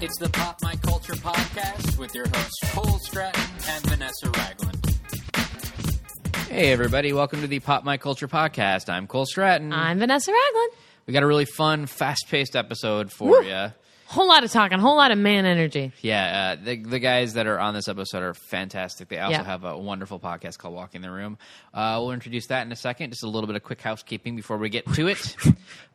It's the Pop My Culture podcast with your hosts Cole Stratton and Vanessa Ragland. Hey everybody, welcome to the Pop My Culture podcast. I'm Cole Stratton. Mm-hmm. I'm Vanessa Ragland. we got a really fun, fast-paced episode for you. Whole lot of talking, whole lot of man energy. Yeah, uh, the, the guys that are on this episode are fantastic. They also Yeah. have a wonderful podcast called Walking the Room. Uh, we'll introduce that in a second. Just a little bit of quick housekeeping before we get to it.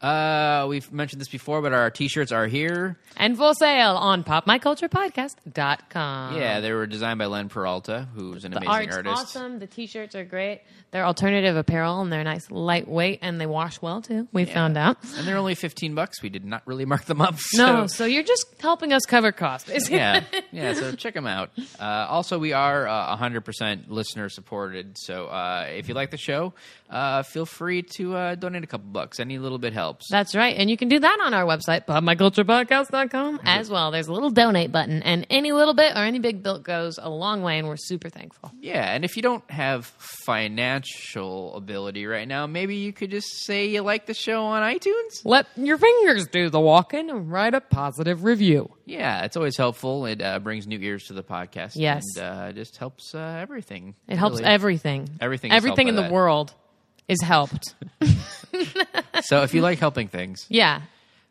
Uh, we've mentioned this before, but our t-shirts are here. And full sale on popmyculturepodcast.com. Yeah, they were designed by Len Peralta, who's an Uh-huh. The amazing art's artist. awesome. The t-shirts are great. They're alternative apparel and they're nice, lightweight, and they wash well too. We found out. And they're only 15 bucks. We did not really mark them up. No, so- so you're just helping us cover costs. yeah, yeah. So check them out. Uh, also, we are uh, 100% listener supported. So uh, if you like the show, uh, feel free to uh, donate a couple bucks. Any little bit helps. That's right. And you can do that on our website, popmyculturepodcast.com as well. There's a little donate button and any little bit or any big bill goes a long way and we're super thankful. yeah, and if you don't have financial ability right now, maybe you could just say you like the show on iTunes. Let your fingers do the walking and write a positive review. Yeah, it's always helpful. It uh, brings new ears to the podcast. Yes. and uh, just helps uh, everything. It helps really. everything. Everything is Everything helped by in the that. world is helped. So if you like helping things, yeah.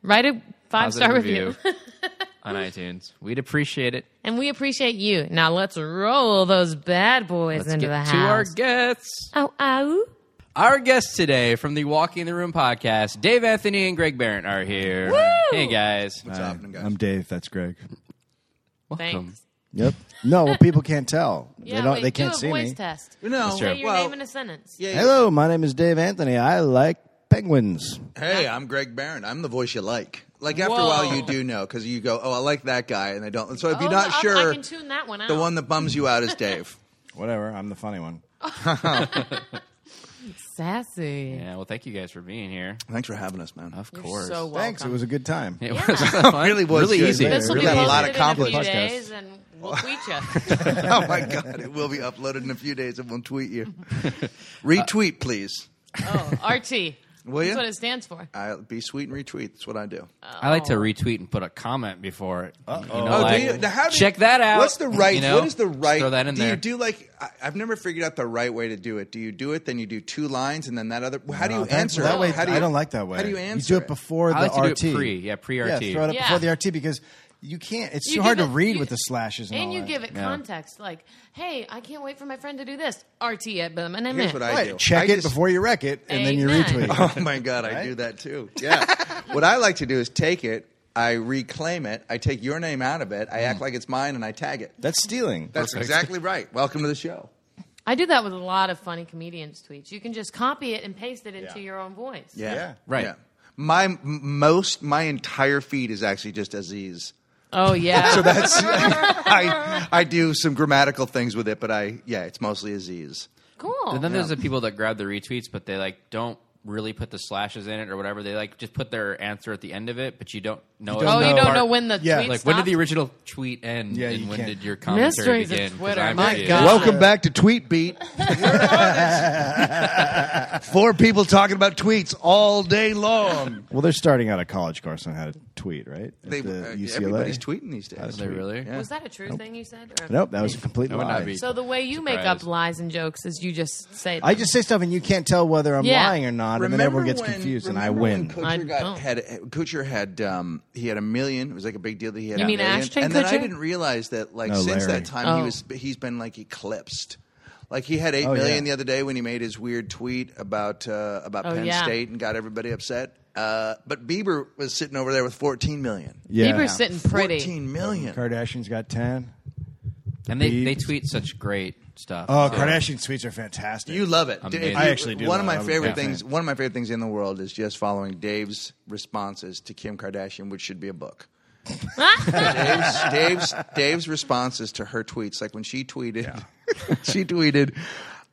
Write a five positive star review. on iTunes. We'd appreciate it. And we appreciate you. Now let's roll those bad boys Let's into get the to our house. guests. Ow, ow. Our guests today from the Walking the Room podcast, Dave Anthony and Greg Barrett are here. Hey guys, Uh, What's happening, guys? I'm Dave. That's Greg. Thanks. Yep. No, well, people can't tell. Yeah, they don't. wait, they can't do a see voice me. test. no, Say your well, name in a sentence. yeah, yeah. Hello, my name is Dave Anthony. I like penguins. Hey, I'm Greg Barron. I'm the voice you like. Like after Whoa. a while, you do know because you go, "Oh, I like that guy," and they don't. So if Oh, you're not I- I sure, can tune that one out. the one that bums you out is Dave. Whatever. I'm the funny one. Sassy. Yeah, well, thank you guys for being here. Thanks for having us, man. Of You're course, so welcome. Thanks. It was a good time. it Yeah. was fun. Really was really good. easy. This will be Really had posted a lot in of a compliments. few days and we'll tweet you. oh my god, it will be uploaded in a few days, and we'll tweet you. retweet, please. Oh, RT. Will That's ya? what it stands for. I be sweet and retweet. That's what I do. I like Oh. to retweet and put a comment before it. You know, Oh, like, do you, now how do check that out. What's the right? you know? what is the Just right? Throw that in do there. you do like? I, I've never figured out the right way to do it. Do you do it? Then you do two lines, and then that other. How do you No, that- answer that it? way? How do you, I don't like that way. How do you answer? You do it before I like the to do it RT. pre, yeah, pre-RT. Yeah, throw it up Yeah. before the RT because you can't. It's You too hard to give it- read you- with the slashes and, And all you that. give it context, like, "Hey, I can't wait for my friend to do this." RT at them, and I'm Here's in. what I Right. do. Check I it just- before you wreck it, and then you Amen. retweet. Oh my god, I do that too. Yeah. what I like to do is take it, I reclaim it, I take your name out of it, I Mm. act like it's mine, and I tag it. That's stealing. That's exactly right. Welcome to the show. I do that with a lot of funny comedians' tweets. You can just copy it and paste it into Yeah. your own voice. Yeah. Right. My m- most, my entire feed is actually just Aziz. Oh yeah. So that's I, I do some grammatical things with it, but I yeah, it's mostly Aziz. cool. And then there's the people that grab the retweets, but they like don't really put the slashes in it or whatever. They like just put their answer at the end of it, but you don't know. it. don't oh, you don't Part- know when the Yeah. tweet Like when did the stopped? original tweet end? Yeah, and you when can't- did your commentary Mysteries of begin? 'Cause Twitter. I'm My confused. God. Welcome back to Tweet Beat. Four people talking about tweets all day long. Well, they're starting out a college course on how to tweet, right? At They, the uh, UCLA. everybody's tweeting these Are days. they really? was that a true thing you said? Or- Nope, that was a complete I would not lie. be So the way you make up surprised. lies and jokes is you just say. I just say stuff and you can't tell whether I'm Yeah. lying or not, and then everyone gets when- confused, and I remember when win. Kutcher I got- don't. had Kutcher had um, he had a million. It was like a big deal that he had. You a mean million. Ashton And then I Kutcher? didn't realize that like No, since Larry. that time Oh. he was he's been like eclipsed. Like he had eight Oh, million the yeah. other day when he made his weird tweet about uh, about Oh, Penn yeah. State and got everybody upset. Uh, but Bieber was sitting over there with fourteen million. Yeah. Bieber's sitting pretty. Fourteen million. Kardashian's got ten. And they, they Beebs. tweet such great stuff. Oh, So- Kardashian tweets are fantastic. You love it. Amazing. If you- I actually do One of love my it. I'm a favorite big things. fan. One of my favorite things in the world is just following Dave's responses to Kim Kardashian, which should be a book. Dave's, Dave's Dave's responses to her tweets, like when she tweeted, she tweeted,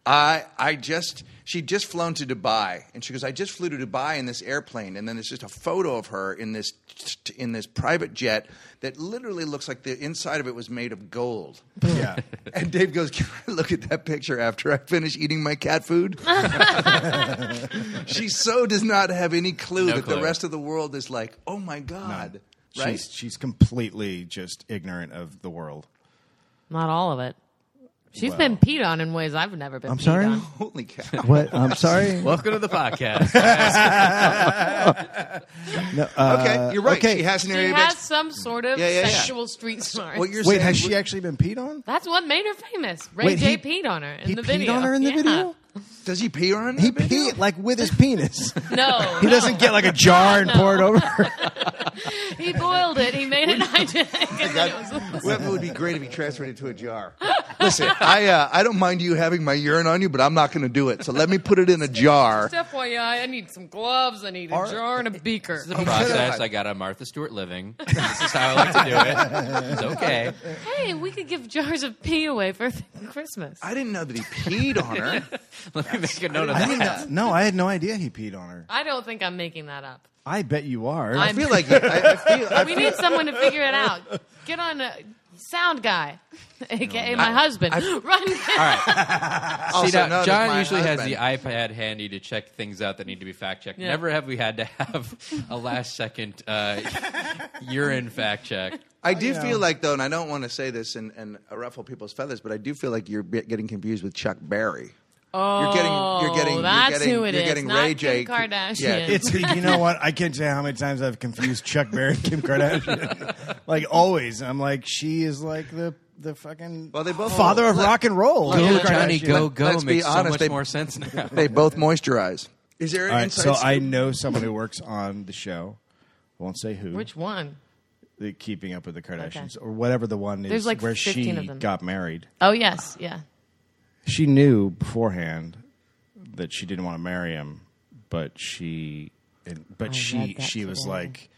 "I I just she just flown to Dubai, and she goes, I just flew to Dubai in this airplane, and then there's just a photo of her in this in this private jet that literally looks like the inside of it was made of gold." yeah. And Dave goes, Can I look at that picture after I finish eating my cat food? she so does not have any clue No that clue. the rest of the world is like, Oh my God. Right. She's she's completely just ignorant of the world. Not all of it. She's Well. been peed on in ways I've never been. I'm peed sorry? on. Holy cow! What? I'm sorry. Welcome to the podcast. uh, okay, you're right. okay. She has an She area of has ex- some sort of Yeah, yeah, yeah. sexual street smarts. What you're Wait, saying? has she actually been peed on? That's what made her famous. Ray Wait, J he- peed on her in He the peed video. on her in the Yeah. video. Does he pee on? He that video? peed like with his penis. No, He doesn't get like a jar and pour it over. her. He boiled it. He made it hygienic. And then it was Well, it would be great if he transferred it to a jar. Listen, I uh, I don't mind you having my urine on you, but I'm not going to do it. So let me put it in a jar. Just FYI, I need some gloves. I need a jar and a beaker. Process. I got a Martha Stewart living. This is how I like to do it. It's okay. Hey, we could give jars of pee away for Christmas. I didn't know that he peed on her. Let me make a note of I that. didn't know- no, I had no idea he peed on her. I don't think I'm making that up. I bet you are. I feel like I, I feel. I we feel- need someone to figure it out. Get on a sound guy, aka my husband. Run. See, also now, known as John my usually husband. has the iPad handy to check things out that need to be fact checked. Yeah. Never have we had to have a last second uh, urine fact check. Oh, I do yeah. feel like though, and I don't want to say this and, and ruffle people's feathers, but I do feel like you're be- getting confused with Chuck Berry. Oh, You're getting, you're getting, you're that's getting, who it you're is, getting not Ray Kim J. Kardashian. Yeah, It's you know what I can't tell you how many times I've confused Chuck Berry and Kim Kardashian. like always, I'm like she is like the the fucking Well, they both- father of Look- rock and roll. Kim Go, Kardashian. Johnny, go, go Let's be makes so honest, much they- more sense now. they both moisturize. Is there an All right, inside so scoop? I know someone who works on the show. I won't say who. Which one? The Keeping Up with the Kardashians or whatever the one is There's like where she 15 of them. got married. Oh yes, yeah. She knew beforehand that she didn't want to marry him, but she and, but she read that she was today. like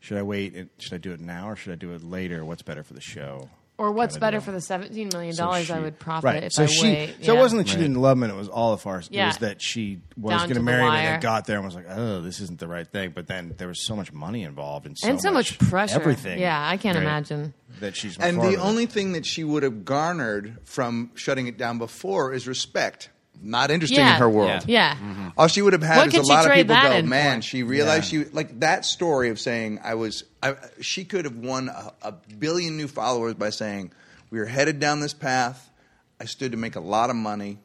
should I wait? and- Should I do it now or should I do it later? What's better for the show? Or what's Kinda better deal. for the seventeen million So dollars I she- would profit right. if so I she, wait? So yeah. it wasn't that she didn't love him and it was all a farce. It Yeah. was that she was Down going to to the marry him and wire. then got there and was like, oh, this isn't the right thing. But then there was so much money involved and so, and so much, pressure. Everything. Yeah, I can't right, imagine. That she's and part the of it. only thing that she would have garnered from shutting it down before is respect. Not interesting yeah, in her world. Yeah. Mm-hmm. All she would have had What is could a she lot of trade people that go, in man, for?" she realized Yeah. she like that story of saying I was I, she could have won a, a billion new followers by saying we were headed down this path. I stood to make a lot of money.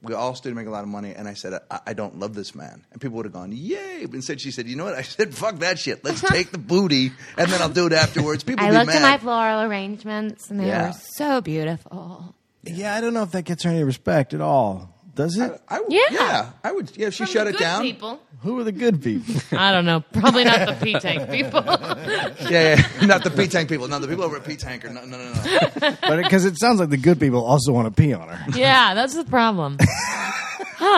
We all stood to make a lot of money, and I said, I, I don't love this man. And people would have gone, yay. But instead, she said, you know what? I said, fuck that shit. Let's take the booty, and then I'll do it afterwards. People I would be looked at mad. my floral arrangements and they Yeah. were so beautiful. Yeah, I don't know if that gets her any respect at all. Does it? I would, Yeah. yeah. I would. Yeah, if she shut it down. People. Who are the good people? I don't know. Probably not the P tank people. Yeah, yeah. not the P tank people. No, the people over at P tank. are- No, no, no, no. but because it sounds like the good people also want to pee on her. yeah, that's the problem. Huh.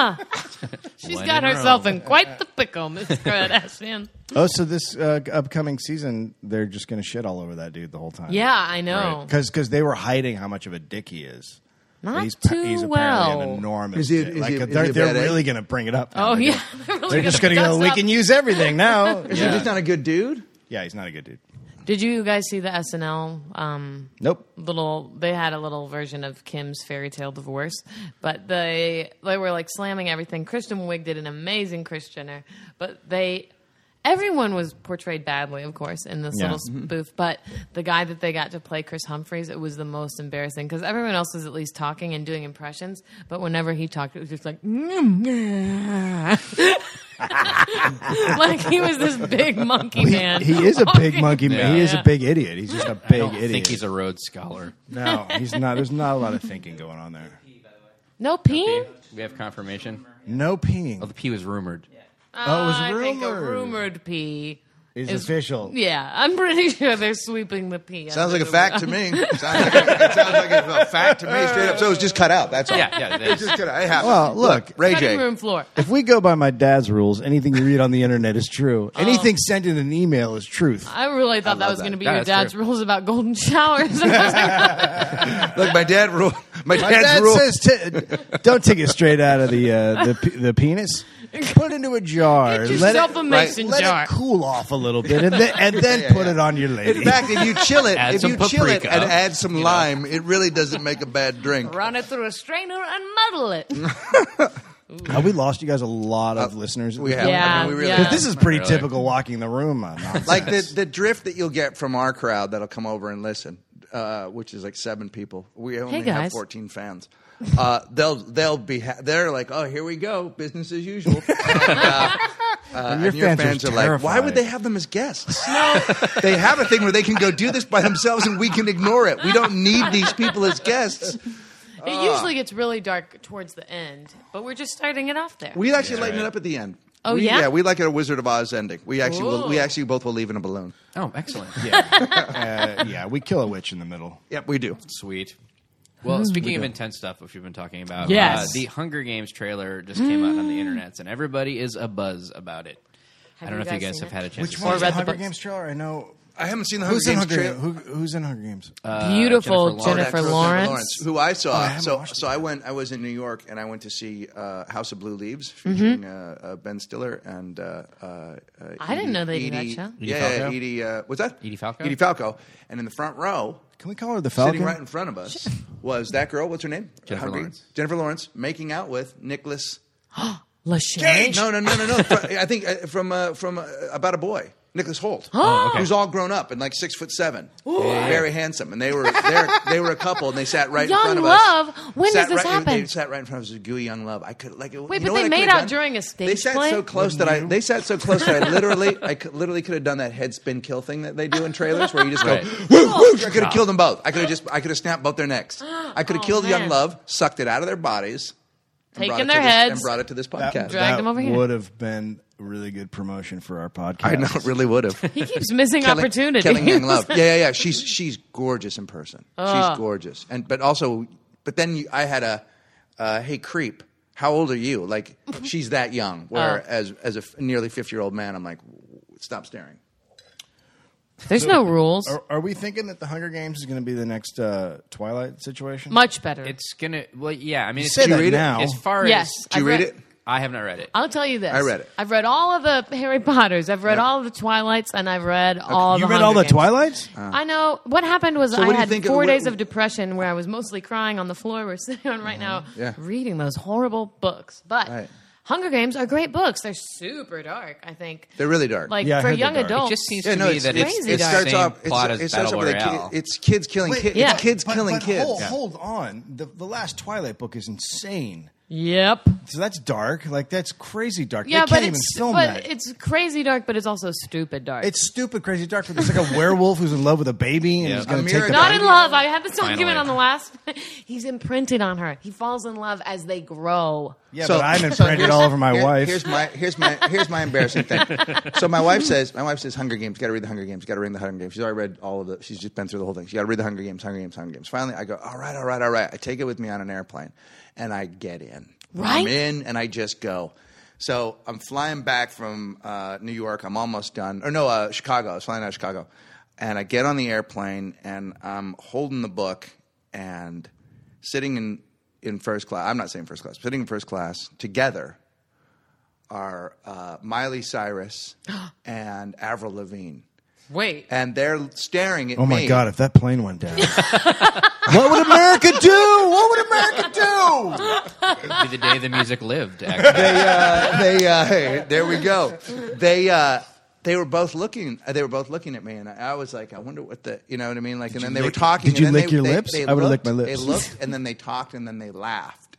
She's When got in herself Rome. in quite the pickle, Miss Kardashian. Oh, so this uh, upcoming season, they're just going to shit all over that dude the whole time. Yeah, I know. Because they were hiding how much of a dick he is. Not he's, too he's well. apparently an enormous. Is he- dick. is like, he- is they're he a they're bad egg? really going to bring it up. now. Oh They're yeah, gonna- they're, really They're just going to go. dust We up. can use everything now. He's yeah. just not a good dude. Yeah, he's not a good dude. Did you guys see the SNL um, Nope. little they had a little version of Kim's fairy tale divorce, but they they were like slamming everything. Kristen Wiig did an amazing Kris Jenner, but they everyone was portrayed badly, of course, in this Yeah. Mm-hmm. little spoof. But the guy that they got to play Chris Humphreys, it was the most embarrassing because everyone else was at least talking and doing impressions, but whenever he talked, it was just like. like he was this big monkey man. He is a big monkey man. He is Yeah. a big idiot. He's just a big I don't idiot. think he's a Rhodes scholar. no, he's not. There's not a lot of thinking going on there. No peeing? We have confirmation. No peeing. Oh, the P was rumored. Oh, it was Uh, I think a rumored. rumored pee. Is is- official. Yeah, I'm pretty sure they're sweeping the pee. under Sounds like a the fact to rug. me. Sounds like, it sounds like a fact to me, straight up. So it was just cut out. That's all. Yeah, yeah. It was that's- just cut out. It happened. Well, look, Ray Cutting J. room floor. If we go by my dad's rules, anything you read on the internet is true. Oh. Anything sent in an email is truth. I really thought that love was that. going to be Yeah, your that's dad's true. rules about golden showers. I was like, Look, my dad rule. My, My dad's dad rule. says, t- "Don't take it straight out of the uh, the, pe- the penis. Put it into a jar. Get let yourself it, a mason let jar." it cool off a little bit, and then, and then put it on your lady. in fact, if you chill it, Add if some you chill it paprika. and add some lime, it really doesn't make a bad drink. Run it through a strainer and muddle it. Have we lost you guys a lot of Uh, listeners? We have. Yeah, I mean, we really yeah. 'Cause this is pretty Really? typical walking the room. uh, nonsense. like the the drift that you'll get from our crowd that'll come over and listen, uh, which is like seven people. We only guys. have fourteen fans. Uh, they'll they'll be ha- they're like, oh, here we go, business as usual. and, uh, uh, and your your, fans fans, are are, like, why terrified." would they have them as guests? No, they have a thing where they can go do this by themselves, and we can ignore it. We don't need these people as guests. It Ah. usually gets really dark towards the end, but we're just starting it off there. We actually lighten it up at the end. Oh, We- yeah? yeah. We like it a Wizard of Oz ending. We actually will, we Ooh. actually both will leave in a balloon. Oh, excellent. Uh, yeah, we kill a witch in the middle. Yep, we do. Sweet. Well, speaking of intense stuff, which we've been talking about, Mm. Yes. Mm. uh, the Hunger Games trailer just came out on the internet, and everybody is abuzz about it. Have I don't you know if you guys guys seen have it? had a chance. to Which see Or it. one's the read the Hunger books. Games trailer? I know. I haven't seen the Hunger Who's in Games Hunger, trailer. Who, who's in Hunger Games? Beautiful Jennifer Jennifer, Jennifer Lawrence. who I saw. haven't so watched so I went. I was in New York, and I went to see uh, House of Blue Leaves Mm-hmm. featuring uh, uh, Ben Stiller and. Uh, uh, uh, I didn't Edie- know they did that Edie- show. Edie yeah, yeah, Falco? Edie. Uh, what's that? Edie Falco? Edie Falco, and in the front row. Can we call her the Sitting Falcon? right in front of us was that girl. What's her name? Jennifer Hunger- Lawrence. Jennifer Lawrence making out with Nicholas. Lachey. No, no, no, no, no. Fr- I think uh, from uh, from uh, about a boy, Nicholas Holt, Oh, okay. who's all grown up and like six foot seven, very handsome. And they were they're- they were a couple, and they sat right Young in front of love? us. When Sat does this right- happen? They sat right in front of us. as Gooey young love. I could like. Wait, but they made out during a They stage sat play? so close that I they sat so close that I literally I could, literally could have done that head spin kill thing that they do in trailers where you just Right. go. Woo, woo, I could have killed them both. I could have just I could have snapped both their necks. I could have Oh, killed young man. love, sucked it out of their bodies, and Taken brought it their to this- heads. and brought it to this That, podcast. Dragged him over here. would have been really good promotion for our podcast. I know, it really would have. He keeps missing Killing- opportunities. Killing young love. Yeah, yeah, yeah. She's she's gorgeous in person. Ugh. She's gorgeous, and but also, but then you, I had a, uh, hey creep, how old are you? Like she's that young. Oh. Where as as a f- nearly fifty year old man, I'm like, "W- stop staring. There's no rules. Are, are we thinking that the Hunger Games is going to be the next uh, Twilight situation? Much better. It's gonna. Well, yeah. I mean, it's, say that read it? now. As far yes. Oh. as Do you I've read it? I have not read it. I'll tell you this. I read it. I've read all of the Harry Potters. I've read all of the Twilights, and I've read all. you the read Hunger all the Games. Twilights? I know. What happened was Uh-huh. what I do you had think of- four what- days of depression where I was mostly crying on the floor we're sitting on right now, Uh-huh. Yeah. reading those horrible books. But Right. Hunger Games are great books. They're super dark. I think They're really dark. like Yeah, I for heard they're young dark. It adults. It just seems yeah, to no, me it's, that it's, it's, crazy it's it dark. the starts same off. It's, plot it as starts Battle off with a Royale. kid, it's kids killing kids. Yeah. It's kids But- killing but kids. Hold, hold on. The, the last Twilight book is insane. yep. So that's dark. Like that's crazy dark. Yeah, they but can't it's even film but that. it's crazy dark, but it's also stupid dark. It's stupid, crazy dark. But it's like a werewolf who's in love with a baby and Yeah. is going to Amira take the not baby. in love. I had this document Finally. on the last. He's imprinted on her. He falls in love as they grow. Yeah, but I'm imprinted here's- all over my here- wife. Here's my here's my here's my embarrassing thing. So my wife says my wife says Hunger Games. Got to read the Hunger Games. Got to read the Hunger Games. She's already read all of it. She's just been through the whole thing. She got to read the Hunger Games. Hunger Games. Hunger Games. Finally, I go. All right. All right. All right. I take it with me on an airplane, and I get in. Right? I'm in, and I just go. So I'm flying back from uh, New York. I'm almost done. Or no, uh, Chicago. I was flying out of Chicago, and I get on the airplane, and I'm holding the book, and sitting in in first class. I'm not saying first class. Sitting in first class together are uh, Miley Cyrus and Avril Lavigne, Wait, and they're staring at Oh me. my god! If that plane went down, what would America do? What would America do? Be the day the music lived. Actually. They, uh, they, uh, hey, there we go. They, uh, they were both looking. uh, They were both looking at me, and I, I was like, I wonder what the, you know what I mean? Like, and then they were lick- talking. did you and then lick they- your they- lips? they I would've looked- licked my They lips. looked, and then they talked, and then they laughed.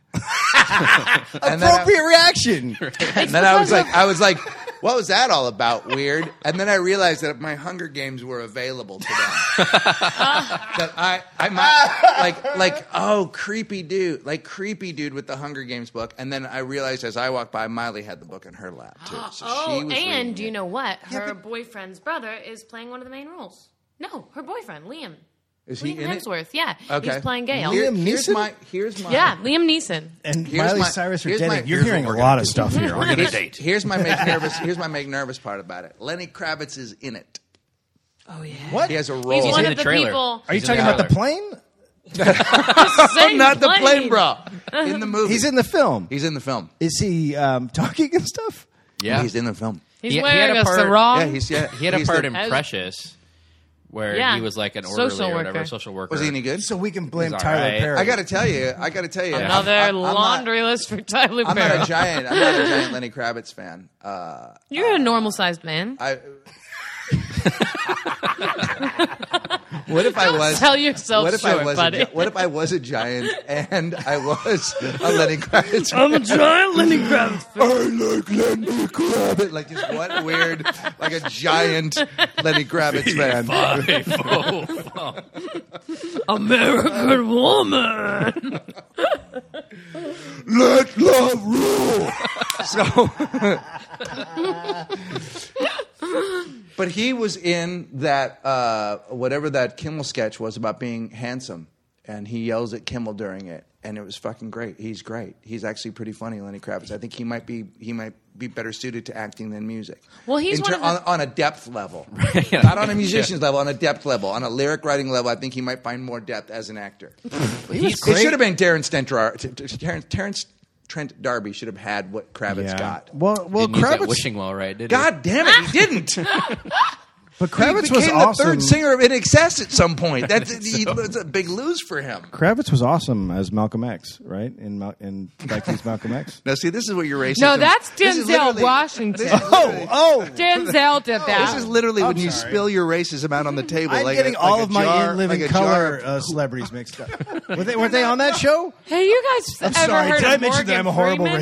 And then I- Appropriate reaction. And then I was like, I was like, what was that all about? Weird. And then I realized that my Hunger Games were available to them. that I, I might, like, like, oh, creepy dude, like creepy dude with the Hunger Games book. And then I realized as I walked by, Miley had the book in her lap too. So she Oh, was reading and do you it. know what? Her boyfriend's brother is playing one of the main roles. No, her boyfriend, Liam. Is he Liam in it? Hemsworth, yeah. Okay. He's playing Gale. Here- Liam here's Neeson? my, here's my, yeah, Liam Neeson. And Here's Miley my- Cyrus are here's dead. my- You're here's hearing a what we're lot of stuff here. We're gonna here's, date. here's my make nervous. Here's my make nervous part about it. Lenny Kravitz is in it. Oh yeah. what? He has a role. He's one in of the the trailer. people. Are you He's in talking the about the trailer. plane? Same not the plane bro in the movie. He's in the film. He's in the film. Is he um, talking and stuff? yeah. He's in the film. He's He- he had wearing a a part- sarong. Yeah, he's yeah. He had a he's part the- in Precious where Yeah. he was like an Social orderly or whatever, worker. social worker. Was he any good? So we can blame He's Tyler alright. Perry. I got to tell you, I got to tell you, I'm- Another I'm- I'm not- laundry list for Tyler I'm Perry. not a giant. I'm not a giant Lenny Kravitz fan. Uh, You're a normal sized man. I. what if I was? Tell yourself What if short, I was? A, buddy. gi- what if I was a giant and I was a Lenny Kravitz? fan? I'm a giant Lenny Kravitz. I like Lenny Kravitz. Like just what weird, like a giant Lenny Kravitz fan. American woman. Let love rule. So, but he was in that uh, whatever that Kimmel sketch was about being handsome, and he yells at Kimmel during it, and it was fucking great. He's great. He's actually pretty funny, Lenny Kravitz. I think he might be he might be better suited to acting than music. Well, he's In one ter- of the- on, on a depth level, not on a musician's level, on a depth level, on a lyric writing level. I think he might find more depth as an actor. He's It should have been Terrence Trent, Dar- T- T- Terrence, Terrence Trent Darby should have had what Kravitz Yeah. got. Well, well, Didn't use that Kravitz, wishing well, right? Did God damn it, he didn't. but he Kravitz became was the awesome. third singer of In Excess at some point. That's, he, that's a big lose for him. Kravitz was awesome as Malcolm X, right? In Mal- in Back to His Malcolm X. Now, see, this is what you're racist. No, that's This is Denzel literally- Washington. This is literally, oh! Denzel did this that. is literally when I'm you sorry. spill your racism out on the table. I'm like getting a, like all a of my jar, in living like a jar color of- uh, celebrities mixed up. were, they, were they on that show? hey, you guys ever Sorry, heard did of I mention that Morgan I'm a horrible Freeman?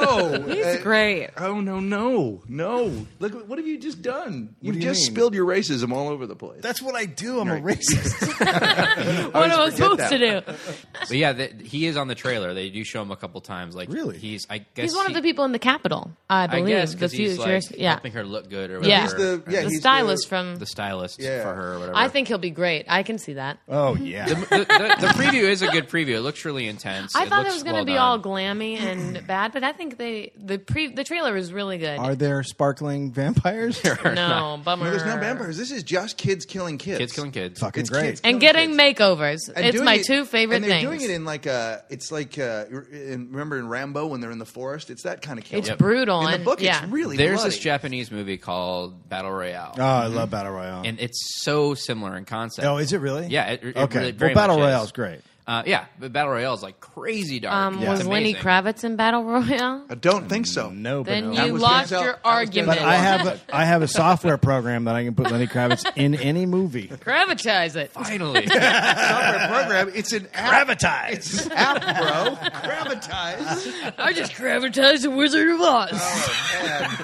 No, He's uh, great. Oh no no no! Look, what have you just done? You've do you just mean? spilled your racism all over the place. That's what I do. I'm a racist. What am I always forget supposed to do? But yeah, th he is on the trailer. They do show him a couple times. Like Really? he's I guess He's one of he- the people in the Capitol, I I believe. guess the because he's future, like yeah, helping her look good or whatever. Yeah. He's the- yeah, the he's stylist the- from. the stylist Yeah. for her or whatever. I think he'll be great. I can see that. oh yeah. the, the, the preview is a good preview. It looks really intense. I thought it looks was going to well be done. all glammy and bad, but I think they the pre the trailer is really good. Are there sparkling vampires? no, bummer. No, there's no vampires. This is just kids killing kids. kids killing kids. Fucking It's great. kids. And getting makeovers. And it's doing my it- two favorite and they're things. doing it in like a. It's like uh, in, remember in Rambo when they're in the forest. It's that kind of killing. it's brutal. In the and, book, yeah. it's really There's bloody. this Japanese movie called Battle Royale, oh, I love battle royale. and it's so similar in concept. oh, is it really? Yeah, it- it okay. really well, very battle much is. royale's great. Uh, yeah, but Battle Royale is like crazy dark. Um, It's Was Lenny amazing. Kravitz in Battle Royale? I don't think so. No, but Then no. That you was lost Denzel- your that was argument. But I have a, I have a software program that I can put Lenny Kravitz in any movie. Gravitize it. Finally, Software program. It's an app. Gravitize. It's an app, bro. Gravitize. I just gravitized the Wizard of Oz. Oh,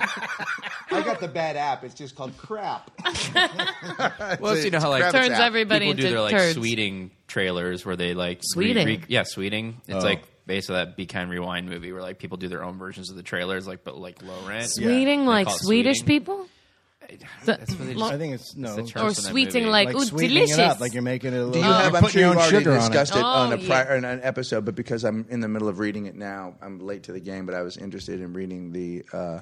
I got the bad app. It's just called crap. well, It's you know a how like Kravitz Turns app. everybody people into do their like turds. sweeting trailers where they like re- Sweeting? re- yeah, sweeting. It's Oh. like based on that Be Kind Rewind movie where like people do their own versions of the trailers, like but like low rent. Sweeting They like call it Swedish sweeting. people? That's what they just- I think it's no. the term. Or That's in that sweeting movie. like, like ooh, sweetening delicious. it up, like you're making it a little. Do you you're have? I'm putting sure your you've own already sugar on it. discussed it, on Oh, a yeah. prior on an episode, but because I'm in the middle of reading it now, I'm late to the game. But I was interested in reading the. Uh,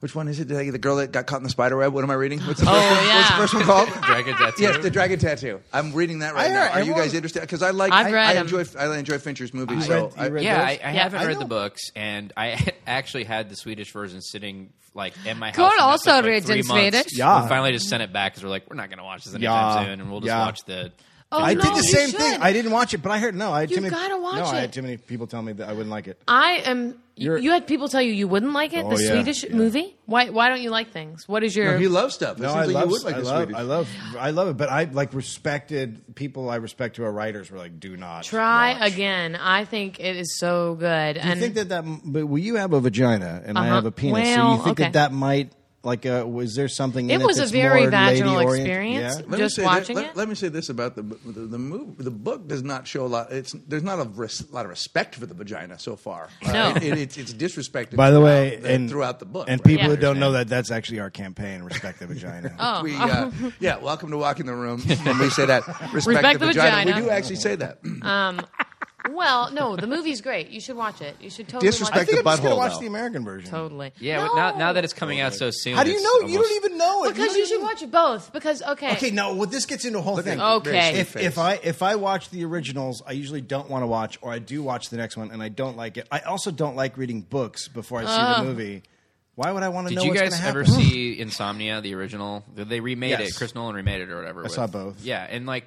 which one is it? The the girl that got caught in the spider web. What am I reading? What's the first Oh, one? What's the yeah. first one called? Dragon Tattoo. Yes, the dragon tattoo. I'm reading that right I now. heard- Are you guys everyone- interested? Because I like. I've I, read I 'em. enjoy. I enjoy Fincher's movies. You so read- you read- I, yeah, I, those? I Yeah, haven't I read know. the books, and I actually had the Swedish version sitting like in my house. Carl and that also took, like, reads three in months. Swedish. Yeah. We finally just sent it back because we're like, we're not going to watch this anytime Yeah. soon, and we'll just Yeah. watch the. Oh, I no, did the you same should. thing. I didn't watch it, but I heard no. I had You too many, gotta watch no, I had it. too many people tell me that I wouldn't like it. I am. You're- you had people tell you you wouldn't like it. Oh, the yeah. Swedish Yeah. movie. Why? Why don't you like things? What is your? he loves stuff. It No, seems I like love, you would like I, the love Swedish. I love, I love it, but I like respected people. I respect who are writers were like, do not try watch. again. I think it is so good. You and think that that, but well, you have a vagina and I Uh-huh. have a penis, so Well, you think okay. that that might like, uh, was there something? It in was a it that's very more vaginal lady-orient- experience. Yeah? Let me Just say watching that, let, it? Let me say this about the the, the move. The book does not show a lot. It's there's not a res, lot of respect for the vagina so far. Uh, No. it, it, it's, it's disrespected. By the way, throughout, the- and throughout the book, and right? people Yeah. who don't know that that's actually our campaign, respect the vagina. Oh. We, uh, yeah, welcome to Walk in the Room. And we say that. Respect, Respect the, the vagina. vagina. We do actually say that. well, no, the movie's great. You should watch it. You should totally Disrespect I watch it. think the I'm just gonna butthole, watch though. the American version. Totally. Yeah, No. but now, now that it's coming out so soon. How do you it's know? you almost- don't even know it You Because don't you even- should watch both. Because okay, Okay, no. Well, this gets into a whole Look at thing. that Okay. very If, straight face. if I if I watch the originals, I usually don't want to watch, or I do watch the next one and I don't like it. I also don't like reading books before I see the movie. Why would I want to Did know? you what's guys gonna ever happen? see Insomnia, the original? They remade Yes. it. Chris Nolan remade it or whatever. I saw both. Yeah, and like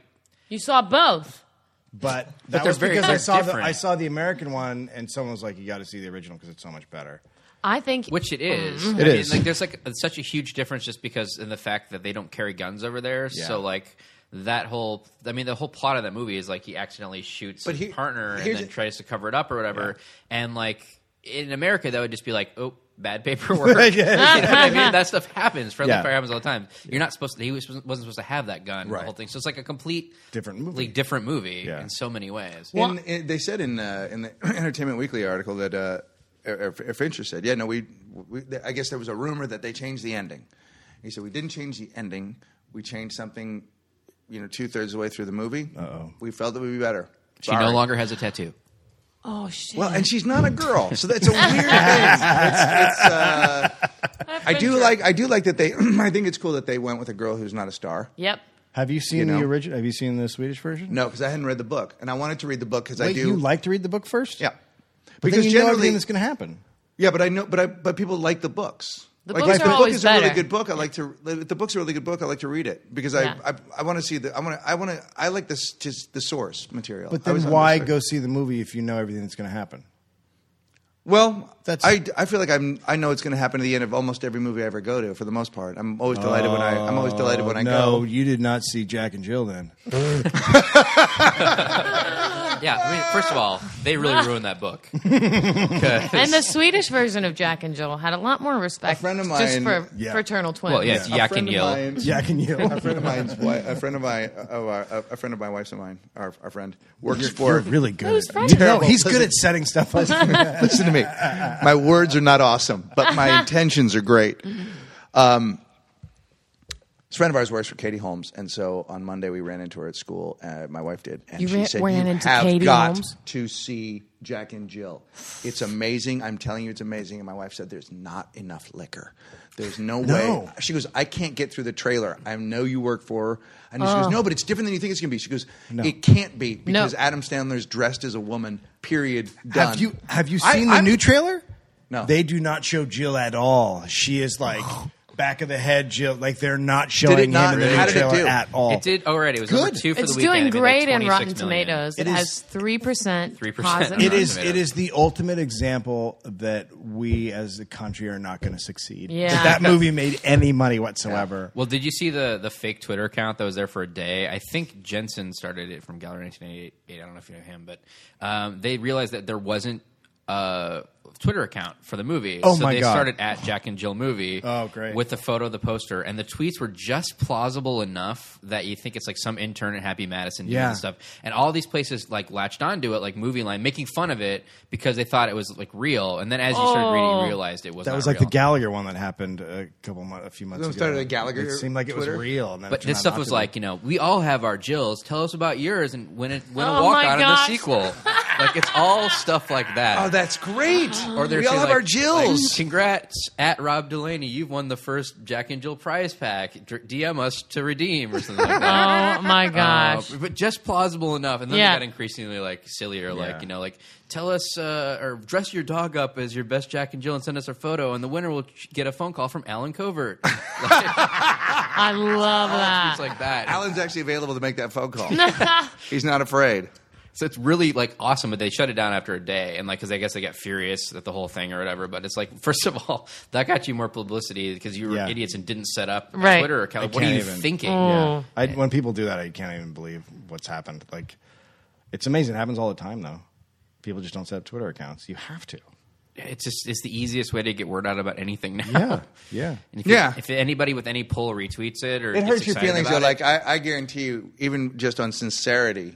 You saw both. But that they're was very- because I they're saw the, different. I saw the American one, and someone was like, "You got to see the original because it's so much better." I think which it is. I It mean, is. like there's like such a huge difference just because in the fact that they don't carry guns over there. Yeah. So like that whole I mean the whole plot of that movie is like he accidentally shoots But his he- partner and here's then the- tries to cover it up or whatever. And like in America that would just be like, oh, bad paperwork. Ah. You know what I mean, that stuff happens. Friendly Yeah. fire happens all the time. You're not supposed to. He was, wasn't supposed to have that gun. The Right. whole thing. So it's like a complete Different movie. like, different movie Yeah. in so many ways. In, in- they said in uh, in the Entertainment Weekly article that uh, er, Er- Fincher said, "Yeah, no, we, we. I guess there was a rumor that they changed the ending." He said, "We didn't change the ending. We changed something. You know, two thirds of the way through the movie, Uh-oh. we felt it would be better." she Sorry. no longer has a tattoo. oh shit. Well, and she's not a girl, so that's a weird thing. It's, it's, uh, I do like I do like that they. I think it's cool that they went with a girl who's not a star. Yep. Have you seen know? the original? Have you seen the Swedish version? No, because I hadn't read the book, and I wanted to read the book because I Wait, do. you like to read the book first? yeah, But because then you know generally everything that's going to happen. Yeah, but I know, but I, but people like the books. The like, books if are the book always is a really better. good book. I like to. If the book's a really good book, I like to read it because Yeah. I I, I want to see the. I want to. I want to. I like this just the source material. But I was then on why this- go see the movie if you know everything that's going to happen? Well, That's- that's. I, I feel like I'm. I know it's going to happen at the end of almost every movie I ever go to. For the most part, I'm always delighted when I. I'm always delighted when I Oh, no, go. you did not see Jack and Jill then. Yeah, I mean, first of all, they really ruined that book. And the Swedish version of Jack and Jill had a lot more respect A friend of just mine- for Yeah. fraternal twins. Well, yeah, it's A Yak friend and of Yell. mine- Jack and Jill. A friend of mine's wife, a friend of my, oh, uh, a friend of my wife's of mine, our, our friend works for. You're really good. Who's at, friend? you know, Terrible. he's good at setting stuff up. Listen to me. My words are not awesome, but my intentions are great. Um, this friend of ours works for Katie Holmes, and so on Monday we ran into her at school. Uh, my wife did, and You she ran- said, ran "You into have Katie got Holmes?" to see Jack and Jill. It's amazing. I'm telling you, it's amazing." And my wife said, "There's not enough liquor. There's no, way." She goes, "I can't get through the trailer. I know you work for her." And she Oh. goes, "No, but it's different than you think it's going to be." She goes, "It can't be because Adam Sandler's dressed as a woman. Period. Done." Have you have you I- seen the I'm- new trailer? No. Oh. They do not show Jill at all. She is like back of the head Jill. Like they're not showing it not- him in the how new did it trailer do? at all. It did already. It was Good. number two for It's the doing weekend. great it made in like Rotten 26 million. Tomatoes. It, It is- has three percent 3% positive. It Rotten is it Tomatoes. is the ultimate example that we as a country are not going to succeed. Yeah. That, that movie made any money whatsoever. Well, did you see the the fake Twitter account that was there for a day? I think Jensen started it from Gallery 1988. I don't know if you know him, but um, they realized that there wasn't a Twitter account for the movie. Oh, so my they God. started at Jack and Jill movie. Oh, great. With the photo of the poster, and the tweets were just plausible enough that you think it's like some intern at Happy Madison doing Yeah. this stuff. And all these places like latched onto it, like Movie Line, making fun of it because they thought it was like real. And then as you started reading, Oh. you realized it was That not was like real. the Gallagher one that happened a couple months, a few months That ago. started at Gallagher It seemed like it was Twitter? real, and then it But turned this out stuff not was to be. like, you know, we all have our Jills. Tell us about yours and when it when Oh a walk my on in the gosh. sequel. like it's all stuff like that. Oh, that's great. or they're we all saying, have like- our Jills. like, Congrats at Rob Delaney. You've won the first Jack and Jill prize pack. Dr- DM us to redeem or something like that. Oh my Uh, gosh. but just plausible enough, and then Yeah. they got increasingly like sillier, Yeah. like you know, like tell us uh, or dress your dog up as your best Jack and Jill and send us a photo, and the winner will ch- get a phone call from Alan Covert. I love It's that. like that. Alan's actually available to make that phone call. He's not afraid. So it's really like awesome, but they shut it down after a day, and like because I guess they got furious at the whole thing or whatever. But it's like, first of all, that got you more publicity because you were Yeah. idiots and didn't set up a Right. Twitter account. what are can't you even- thinking? Yeah. I, when people do that, I can't even believe what's happened. Like, it's amazing. It happens all the time, though. People just don't set up Twitter accounts. You have to. It's just it's the easiest way to get word out about anything now. Yeah. Yeah. And if you- Yeah. if anybody with any poll retweets it or It gets hurts your excited feelings. about Though, it- like I, I guarantee you, even just on sincerity,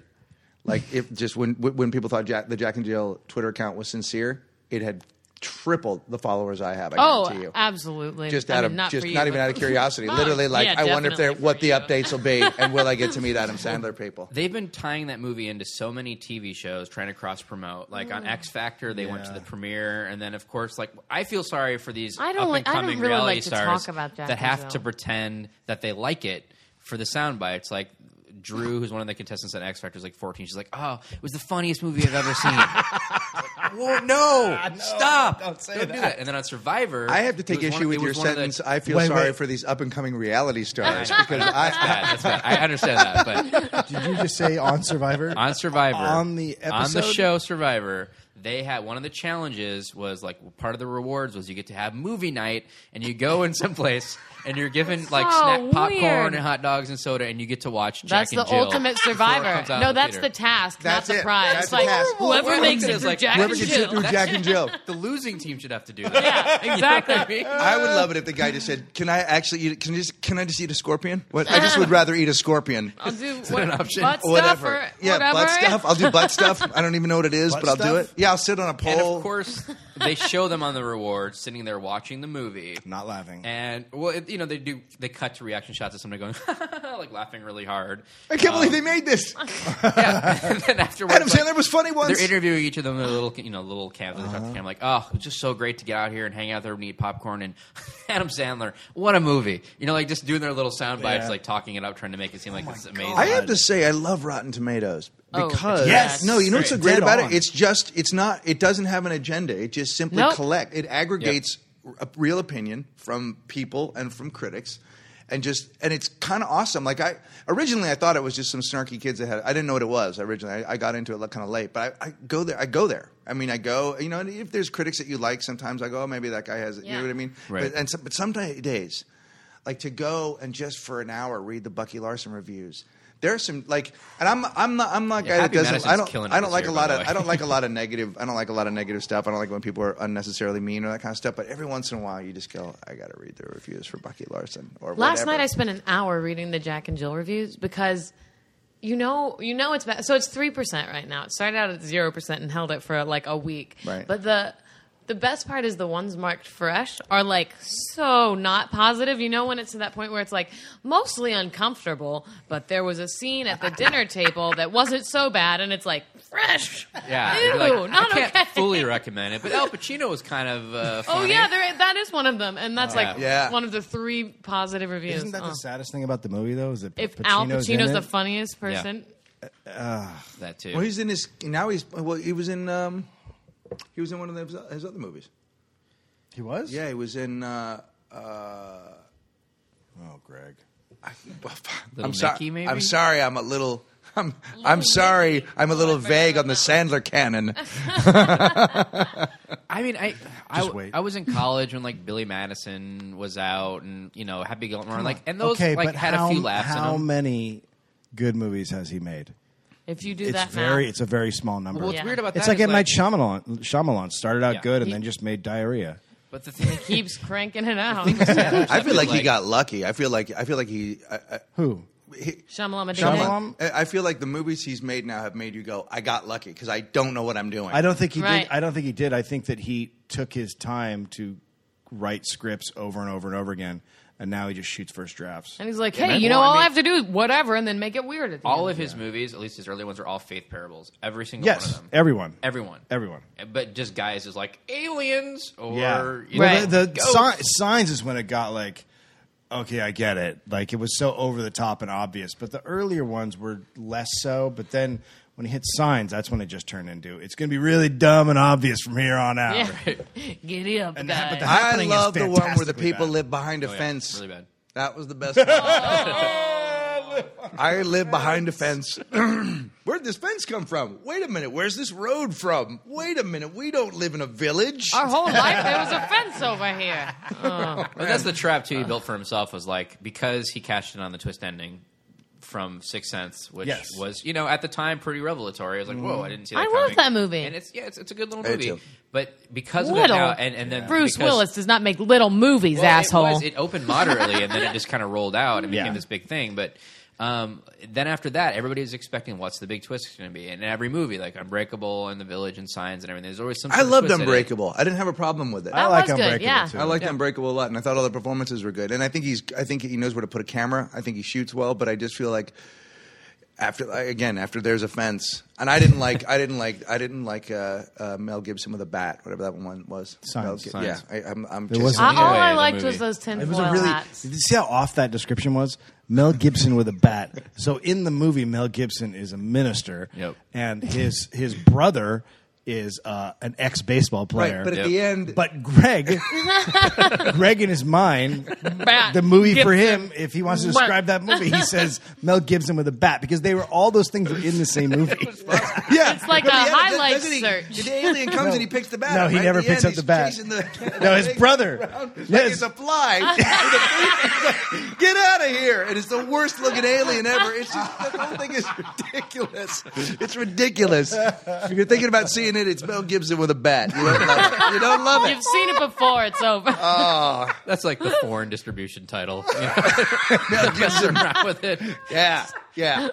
like if just when when people thought Jack, the Jack and Jill Twitter account was sincere, it had tripled the followers I have. I guarantee Oh, you. absolutely. Just I out mean, of not just for you, not even but- out of curiosity. Mine. Literally, like Yeah, I wonder if they're definitely what for the you. updates will be, and will I get to meet Adam Sandler people? They've been tying that movie into so many TV shows, trying to cross promote. Like Mm. on X Factor, they went to Yeah. the premiere, and then of course, like I feel sorry for these I up don't and like- I don't coming really reality like to stars talk about Jack that and have Jill. to pretend that they like it for the sound bites. Like Drew, who's one of the contestants on X Factor, is like 14. She's like, "Oh, it was the funniest movie I've ever seen." Like, Whoa, no, stop! don't say do that. that. And then on Survivor, I have to it take was one issue of- with it your was one of the- sentence. I feel Wait, sorry wait. for these up and coming reality stars I know. because I, Yeah, that's bad. I understand that, but Did you just say on Survivor? on Survivor, On the on the episode? show Survivor, they had one of the challenges was like part of the rewards was you get to have movie night and you go in someplace and you're given like So snack popcorn weird. and hot dogs and soda and you get to watch Jack That's and the Jill ultimate before it survivor. comes out No, of that's the theater. task, That's not the it. prize. That's it's the like task. whoever Well, makes it it is through like Jack whoever and gets it Jill. through Jack and Jill. the losing team should have to do that. Yeah, exactly. You know what I mean? I would love it if the guy just said, "Can I actually? Eat, can you just? Can I just eat a scorpion? What? I just would rather eat a scorpion. I'll do what, an option? butt stuff Whatever. or yeah, whatever. butt stuff. I'll do butt stuff. I don't even know what it is, Butt but I'll do it. stuff? Yeah, I'll sit on a And pole. of course, they show them on the reward, sitting there watching the movie. Not laughing. And well, it, you know they do. They cut to reaction shots of somebody going like laughing really hard. I can't believe they made this. Yeah. and then afterwards, Adam like, Sandler was funny once. Uh-huh. they're interviewing each of them in a little, you know, little cabs. uh I'm like, oh, it's just so great to get out here and hang out there and eat popcorn. And Adam Sandler, what a movie! You know, like just doing their little sound bites, Yeah. like talking it up, trying to make it seem like it's amazing. Oh I have to say, I love Rotten Tomatoes Oh, because Yes. no, you know what's so great Dead about on. it? It's just it's not it doesn't have an agenda. It just simply Nope. collect. It aggregates r- real opinion from people and from critics. And just and it's kind of awesome. Like I originally, I thought it was just some snarky kids that had. I didn't know what it was originally. I, I got into it kind of late, but I, I go there. I go there. I mean, I go. You know, and if there's critics that you like, sometimes I go. Oh, maybe that guy has. it. You Yeah. know what I mean? Right. But, and some, but some da- days, like to go and just for an hour read the Bucky Larson reviews. There are some like, and I'm I'm not I'm not a guy that Happy doesn't. Madison's I don't killing it I don't this like year, a by lot the of way. I don't like a lot of negative I don't like a lot of negative stuff. I don't like when people are unnecessarily mean or that kind of stuff. But every once in a while, you just go, I got to read the reviews for Bucky Larson or Last whatever. night I spent an hour reading the Jack and Jill reviews because you know you know it's bad. So it's three percent right now. It started out at zero percent and held it for like a week. Right. But the the best part is the ones marked fresh are like so not positive. You know when it's to that point where it's like mostly uncomfortable, but there was a scene at the dinner table that wasn't so bad, and it's like fresh. yeah, Ew, you'd be like, not I can't okay. fully recommend it, but Al Pacino was kind of uh, Oh funny. yeah, there, that is one of them, and that's like Yeah. one of the three positive reviews. Isn't that Oh. the saddest thing about the movie though? Is that if Pacino's Al in Pacino's it? the funniest person. that too. Well, he's in his now he's well he was in um he was in one of his, his other movies. he was. Yeah, he was in. Uh, uh, Oh, Greg. I'm Little sorry. Nicky, maybe? I'm sorry. I'm a little. I'm. I'm sorry. I'm a little vague on the Sandler canon. I mean, I I, Just wait. I was in college when like Billy Madison was out, and you know Happy Gilmore, and, like, and those okay, like but had how, a few laughs. How in them. many good movies has he made? If you do It's that very. now, It's a very small number. Well, what's Yeah. weird about It's that like is, M Night Shyamalan. Shyamalan started out Yeah. good and He- then just made diarrhea. But the thing keeps cranking it out. I feel like he got lucky. I feel like. I feel like he. I, I, Who? he Shyamalan, Shyamalan? I feel like the movies he's made now have made you go, I got lucky because I don't know what I'm doing. I don't think he Right. did. I don't think he did. I think that he took his time to write scripts over and over and over again, and now he just shoots first drafts. and he's like, "Hey, you Well, know, I all I mean- have to do is whatever, and then make it weird." At the all end. of his movies, at least his early ones, are all faith parables. Every single one Yes, of them. everyone, Everyone. everyone. But just guys is like aliens or Yeah. you know, Right. Well, the, the ghosts. si- signs is when it got like, okay, I get it. Like it was so over the top and obvious, but the earlier ones were less so. But then when he hit signs, that's when it just turned into it's going to be really dumb and obvious from here on out. yeah. giddy up, And that- but guys. that- I Happening is love the one where the fantastically people bad. live behind a Oh, yeah, fence. really bad. That was the best. one. I live behind a fence. Where'd this fence come from? Wait a minute. Where's this road from? Wait a minute. We don't live in a village. Our whole life there was a fence over here. But that's the trap too he built for himself was like because he cashed in on the twist ending from Sixth Sense, which Yes. was you know at the time pretty revelatory. I was like, whoa, I didn't see. that Mm. I coming. love that movie. and it's yeah, it's, it's a good little I do movie. too. But because of that Little. now, and, and then Bruce because- Willis does not make little movies, Well, it asshole. was- It, opened moderately, and then it just kind of rolled out and became Yeah. this big thing. But um, then after that, everybody was expecting what's the big twist going to be. And in every movie, like Unbreakable and The Village and Signs and everything, there's always some. I sort of loved twist in it. Unbreakable. I didn't have a problem with it. I That like was good, Unbreakable yeah. too. I liked Unbreakable a lot, and I thought all the performances were good. And I think he's, I think he knows where to put a camera. I think he shoots well, but I just feel like after I- again after there's a fence, and I didn't like, I didn't like, I didn't like uh, uh, Mel Gibson with a bat, whatever that one was. Signs, Mel Gib- signs. Yeah, I, I'm, I'm There just, wasn't I- Enjoy all I the liked movie. was those It tinfoil was a really. hats. Did you see how off that description was? Mel Gibson with a bat. So in the movie, Mel Gibson is a minister, Yep. and his his brother is uh, an ex baseball player. Right, but at Yep. the end, But Greg, Greg in his mind, the movie for him, if he wants to describe that movie, he says Mel Gibson with a bat because they were all those things were in the same movie. yeah, It's like But a at the end, highlight doesn't he- search. The alien comes and he picks the bat. No, up, he right? never At picks end, up the he's bat. chasing the- No, his chasing brother. it around. Like Yes. It's a fly. He's like, Get out of here! And it's the worst looking alien ever. It's just the whole thing is ridiculous. It's ridiculous. If you're thinking about seeing it, it's Mel Gibson with a bat. You don't love it. You don't love it. You've seen it before. It's over. Uh, That's like the foreign distribution title. Mel Gibson. around with it. Yeah, yeah.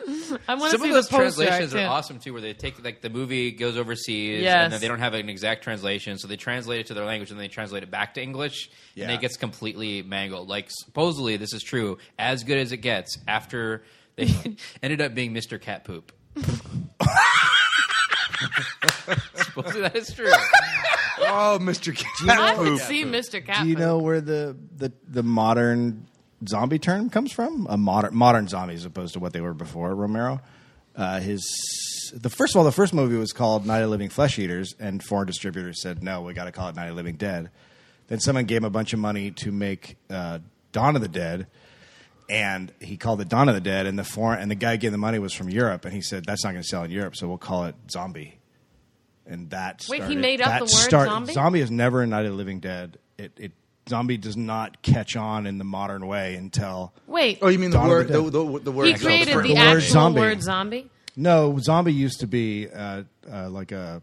I want to Some see of those the poster translations art, are too. awesome too, where they take like the movie goes overseas Yes. and then they don't have an exact translation, so they translate it to their language and they translate it back to English, and Yeah. it gets completely mangled. Like supposedly this is true, as good as it gets. After they ended up being Mr. Cat Poop. supposedly that is true. Oh, Mr. Cat I would Poop. see Mr. Cat. Do you Poop. know where the, the, the modern zombie term comes from? A modern modern zombie as opposed to what they were before Romero. Uh, his the first of all, the first movie was called Night of the Living Flesh Eaters, and foreign distributors said no, we got to call it Night of the Living Dead. Then someone gave him a bunch of money to make uh, Dawn of the Dead, and he called it Dawn of the Dead. And the foreign and the guy who gave the money was from Europe, and he said that's not going to sell in Europe, so we'll call it Zombie. And that Wait, he started- made up that the word start- zombie? zombie is never in Night of the Living Dead. It, it zombie does not catch on in the modern way until Wait. Oh, you mean the Dawn of word? The, the Dead. the, the word. he itself, created the the, word actual zombie. word zombie. no zombie used to be uh, uh, like a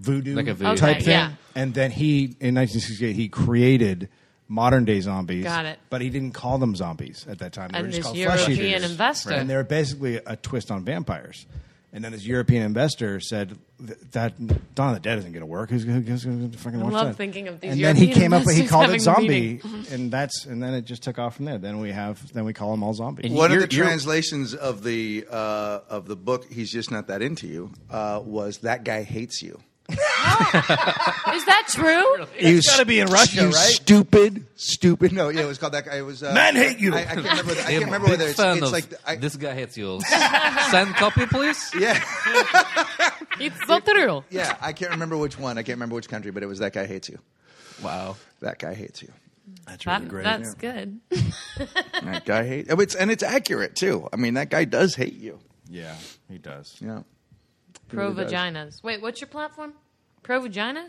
voodoo Like a voodoo. type Okay, thing, yeah. and then he in 1968 he created modern day zombies. Got it. But he didn't call them zombies at that time. They were And just this called flesh European eaters. investor. and they were basically a twist on vampires. And then this European investor said "Th- that Dawn of the Dead isn't going to work. Who's going to fucking watch love that? thinking of these And then he European came up and he investors called it having a zombie, and that's and then it just took off from there. Then we have then we call them all And zombies. And you- you, One of You're- the you're- translations of the uh, of the book, "He's Just Not That Into You," uh, was "That guy hates you." Is that true? it's got to be in Russia, you right? Stupid, stupid. No, yeah, it was called that guy. It was uh, Man hate you. I, I can't remember. I can't remember Big whether it's, fan it's of like I, this guy hates you. Send copy, please. yeah, It's so true. yeah. I can't remember which one. I can't remember which country, but it was that guy hates you. Wow. That guy hates you. that's That- that's good. That guy hates. Oh, it's and it's accurate too. I mean, that guy does hate you. yeah, he does. Yeah. Pro really does. vaginas. Wait, what's your platform? Pro vagina?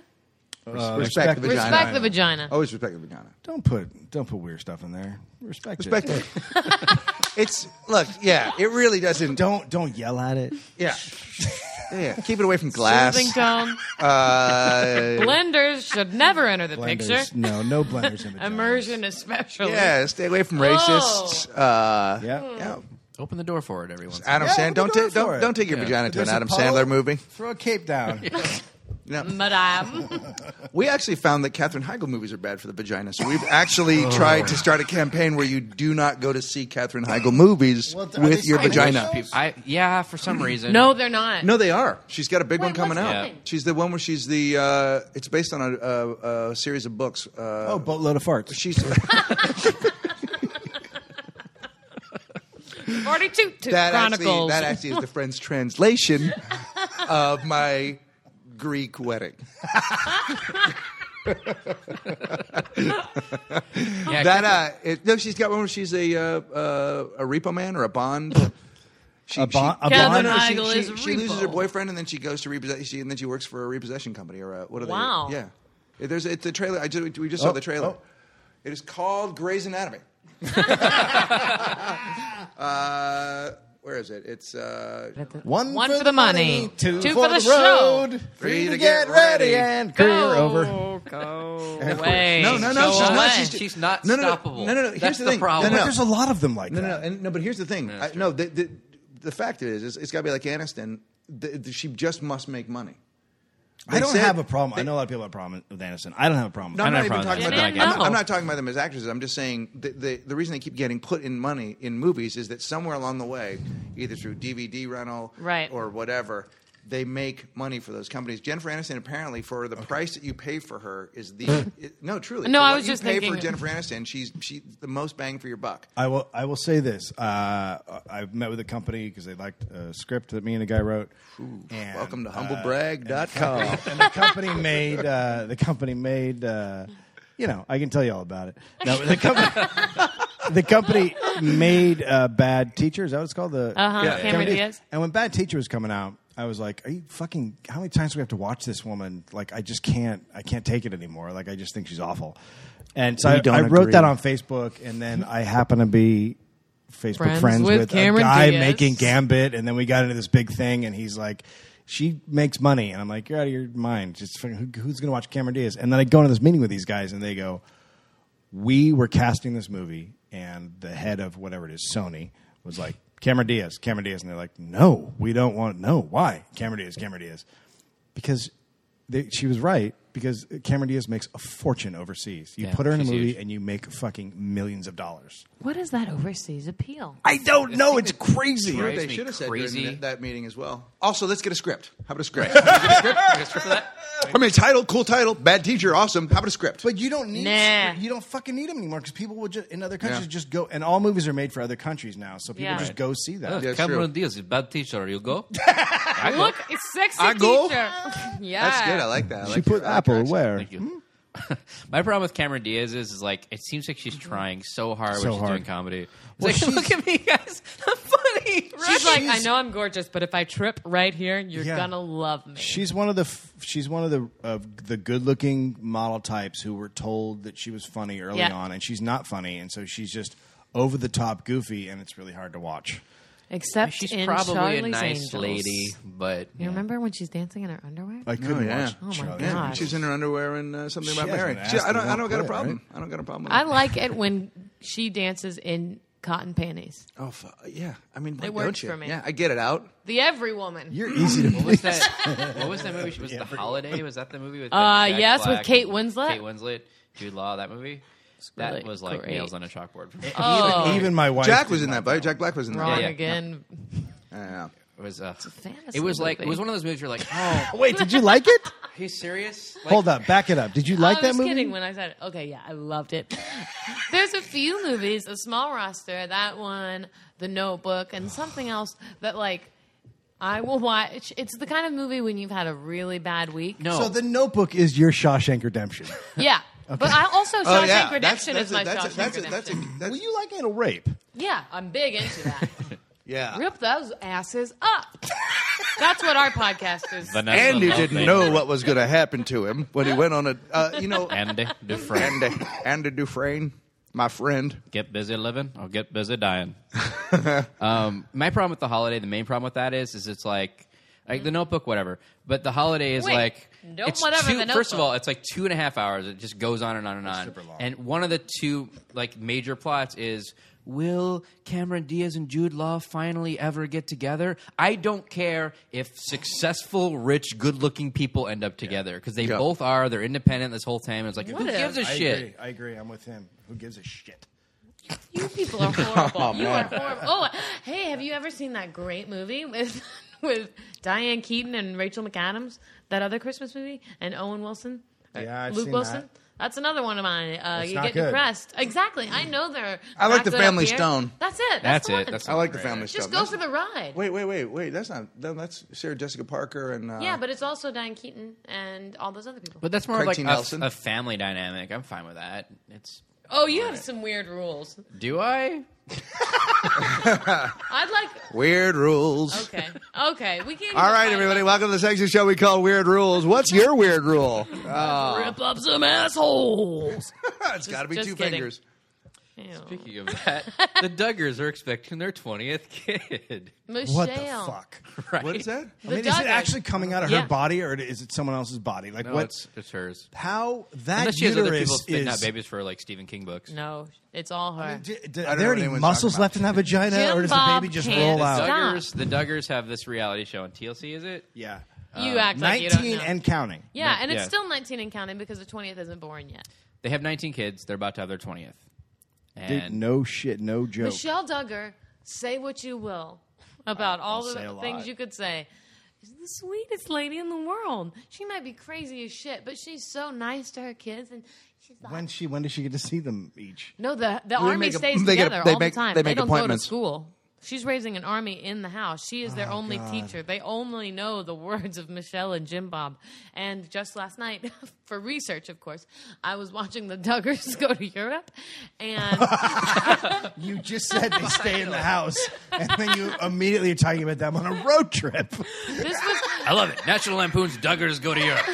respect, the vagina. Oh, Respect the vagina. Always respect the vagina. Don't put don't put weird stuff in there. Respect, Respect it. it. it's look, yeah. It really doesn't. Don't don't yell at it. Yeah. Yeah. Keep it away from glass. Soothing tone. Uh, Blenders should never enter the Blenders, picture. no, no blenders in vaginas. Immersion, especially. yeah, stay away from racists. Oh. Uh, Yeah. yeah. Open the door for it, everyone. Adam Yeah, Sandler, open don't, the ta- door for don't it. don't take your Yeah. vagina to an There's a Adam puddle, Sandler movie. Throw a cape down. No. Madame. We actually found that Katherine Heigl movies are bad for the vagina, so we've actually tried to start a campaign where you do not go to see Katherine Heigl movies Well, are with they your still vagina. doing those? I yeah, for some reason. No, they're not. No, they are. She's got a big Wait, one coming what's out. that thing? She's the one where she's the. Uh, it's based on a, a, a series of books. Uh, Oh, boatload of farts. she's. 42 to that actually Chronicles. that actually is the French translation of my Greek wedding. Yeah, That uh, it, no, she's got one where she's a uh, uh, a repo man or a bond. She, A bon- a Catherine bond? she, Heigl she- is she loses repo. her boyfriend and then she goes to repossess. She, and then she works for a repossession company or a, what are Wow. they? Yeah, It- there's it's a trailer. I just, we just saw Oh, the trailer. oh. It is called Grey's Anatomy. uh, where is it? It's uh, One, One for the money, two, two for, for the, the show, road, three to get ready, and career over. Go away. No, no, no, Go she's away. not. She's, She's not no, no, no, stoppable. No, no, no. Here's That's the the thing. problem. No, But no, there's a lot of them like no, that. no, no, and, no. But here's the thing. I, no, the, the the fact is, is it's got to be like Aniston. The, the, she just must make money. I don't said- have a problem. I know a lot of people have a problem with Aniston. I don't have a problem. No, I'm I not know even Franz. talking Yeah, about man, them. I'm, no. I'm not talking about them as actresses. I'm just saying the, the the reason they keep getting put in money in movies is that somewhere along the way, either through DVD rental Right. or whatever, they make money for those companies. Jennifer Aniston apparently for the price that you pay for her is the it- no truly. No, for I what was you just pay for thinking- Jennifer Aniston. She's she's the most bang for your buck. I will. I will say this. Uh, I've met with a company because they liked a script that me and a guy wrote. and, Welcome to uh, humblebrag.com. and the company made. Uh, the company made. Uh, you know, I can tell you all about it. No, but the company. the company made uh, bad teacher. Is that what it's called? The Uh-huh, Yeah, Cameron Cameron Diaz. Diaz. And when bad teacher was coming out, I was like, "Are you fucking? How many times do we have to watch this woman? Like, I just can't. I can't take it anymore. Like, I just think she's awful." And so We I, don't I wrote that agree. on Facebook, and then I happen to be Facebook Friends friends, with with, Cameron a guy Diaz. making Gambit, and then we got into this big thing, and he's like. She makes money, and I'm like, you're out of your mind. Just fucking- who, who's going to watch Cameron Diaz? And then I go into this meeting with these guys, and they go, we were casting this movie, and the head of whatever it is, Sony, was like, Cameron Diaz, Cameron Diaz. And they're like, no, we don't want, no, why? Cameron Diaz, Cameron Diaz. Because they, she was right, because Cameron Diaz makes a fortune overseas. You Yeah, put her in a she's movie, huge. and you make fucking millions of dollars. What is that overseas appeal? I don't know. It's crazy. Right. they me should have said during crazy. that- that meeting as well. Also, let's get a script. How about a script? Can we get a script? I mean, title, cool title, bad teacher, awesome. How about a script? But you don't need Nah. you don't fucking need them anymore because people will just in other countries Yeah. just go and all movies are made for other countries now, so people Yeah. just Right. go see that. Yeah, it's Cameron true. Diaz is bad teacher. You go. Look, it's sexy I go. teacher. yeah, That's good. I like that. I She like put your- I like Apple your accent. where? Thank you. Hmm. My problem with Cameron Diaz is, is like it seems like Mm-hmm. she's trying so hard So when she's hard. doing comedy. It's Well, like, she's- look at me, guys, I'm funny. She's like, I She's- know I'm gorgeous, but if I trip right here, you're Yeah. gonna love me. She's one of the f- she's one of the of the good looking model types who were told that she was funny early Yeah. on, and she's not funny, and so she's just over the top goofy, and it's really hard to watch. Except She's in probably Charlie's a nice Angels. lady, but You remember when she's dancing in her underwear? I couldn't yeah. watch. Oh my Charlie. God. Yeah, she's in her underwear and uh, something She about hasn't Mary. asked She- I don't. to I don't play got a it, problem. right? I don't got a problem. With I it. like it when she dances in cotton panties. Oh fu- yeah. I mean, why It works don't you? for me. Yeah, I get it out. The every woman. You're easy to. What was that? what was that movie? She- Was the holiday? Was that the movie with? Uh, Jack yes, with Black Kate and Winslet. Kate Winslet, Jude Law. That movie. That really was like great. nails on a chalkboard. For me. Oh. Even, even my wife. Jack didn't was in like that. Right? Jack Black was in that. Wrong yeah. again. I don't know. It was. Uh, fantasy it was like it movie. was one of those movies. You're like, oh, that. Wait, did you like it? he's serious. Like, Hold up, back it up. Did you like I that was movie? kidding when I said it. Okay, yeah, I loved it. There's a few movies, a small roster, that one, The Notebook, and something else that like I will watch. It's the kind of movie when you've had a really bad week. No, So the Notebook is your Shawshank Redemption. Yeah. But I also Shawshank Oh yeah, Redemption that's, is my that's, Shawshank a, that's, a, Redemption. that's, a, that's, a, Will that's you like anal rape? yeah, I'm big into that. yeah. Rip those asses up. That's what our podcast is. Vanessa Andy Ludwig. didn't know what was going to happen to him when he went on a. Uh, you know, Andy Dufresne. Andy, Andy Dufresne, my friend. get busy living or get busy dying. um, my problem with the holiday, the main problem with that is, is it's like, like the Notebook, whatever. But the holiday is Wait, like, no, it's whatever, two- The first of Notebook. all, it's like two and a half hours. It just goes on and on and on. super long. And one of the two like major plots is. Will Cameron Diaz and Jude Law finally ever get together? I don't care if successful, rich, good-looking people end up together because they Yeah. both are. They're independent this whole time. And it's like, What who if- gives a I shit? agree. I agree. I'm with him. Who gives a shit? You people are horrible. you are horrible. Oh, hey, have you ever seen that great movie with with Diane Keaton and Rachel McAdams? That other Christmas movie and Owen Wilson, Or Yeah, I've Uh, Luke seen Wilson. that. That's another one of mine. Uh, It's you not get good. depressed. Exactly. I know they're. I like the wrapped it up Family here. Stone. That's it. That's, That's the it. one. That's the I like the family Just stuff. go That's- for the ride. Wait, wait, wait, wait. That's not. no, That's Sarah Jessica Parker and. Uh, Yeah, but it's also Diane Keaton and all those other people. But that's more Craig like T. a- Nelson. A, family dynamic. I'm fine with that. It's oh, you have some weird rules. do I? I'd like. weird rules. Okay. Okay. We can. All right, everybody, welcome to the section show we call Weird Rules. What's your weird rule? Rip up some assholes. it's got to be just two kidding. fingers. Ew. Speaking of that, the Duggars are expecting their twentieth kid. Michelle. What the fuck? Right? What is that? The I mean, is dog it leg. actually coming out of Yeah. her body, or is it someone else's body? Like No, what's it's, it's hers. how that Unless she has other uterus people spitting out is? babies for like Stephen King books. No, it's all her. D- d- know are there what any anyone's muscles talking left in that vagina, Jim or does Bob the baby just can't roll out? stop. Duggars, the Duggars have this reality show on TLC. Is it? Yeah, you act like you don't nineteen know. and counting. yeah, and it's yeah. still 19 and counting because the 20th isn't born yet. They have nineteen kids. They're about to have their twentieth. Dude, And no shit, no joke. Michelle Duggar, say what you will about all I'll say a the lot. things you could say. She's the sweetest lady in the world. She might be crazy as shit, but she's so nice to her kids, and she's like, When she when does she get to see them each? no, the the army make a- stays they get a- together they all make- the time. they They, make don't go to appointments. Oh, school. She's raising an army in the house. She is their only teacher. They only know the words of Michelle and Jim Bob. And just last night, for research, of course, I was watching the Duggars go to Europe, and You just said they stay in the house, and then you immediately are talking about them on a road trip. this was I love it. National Lampoon's Duggars go to Europe.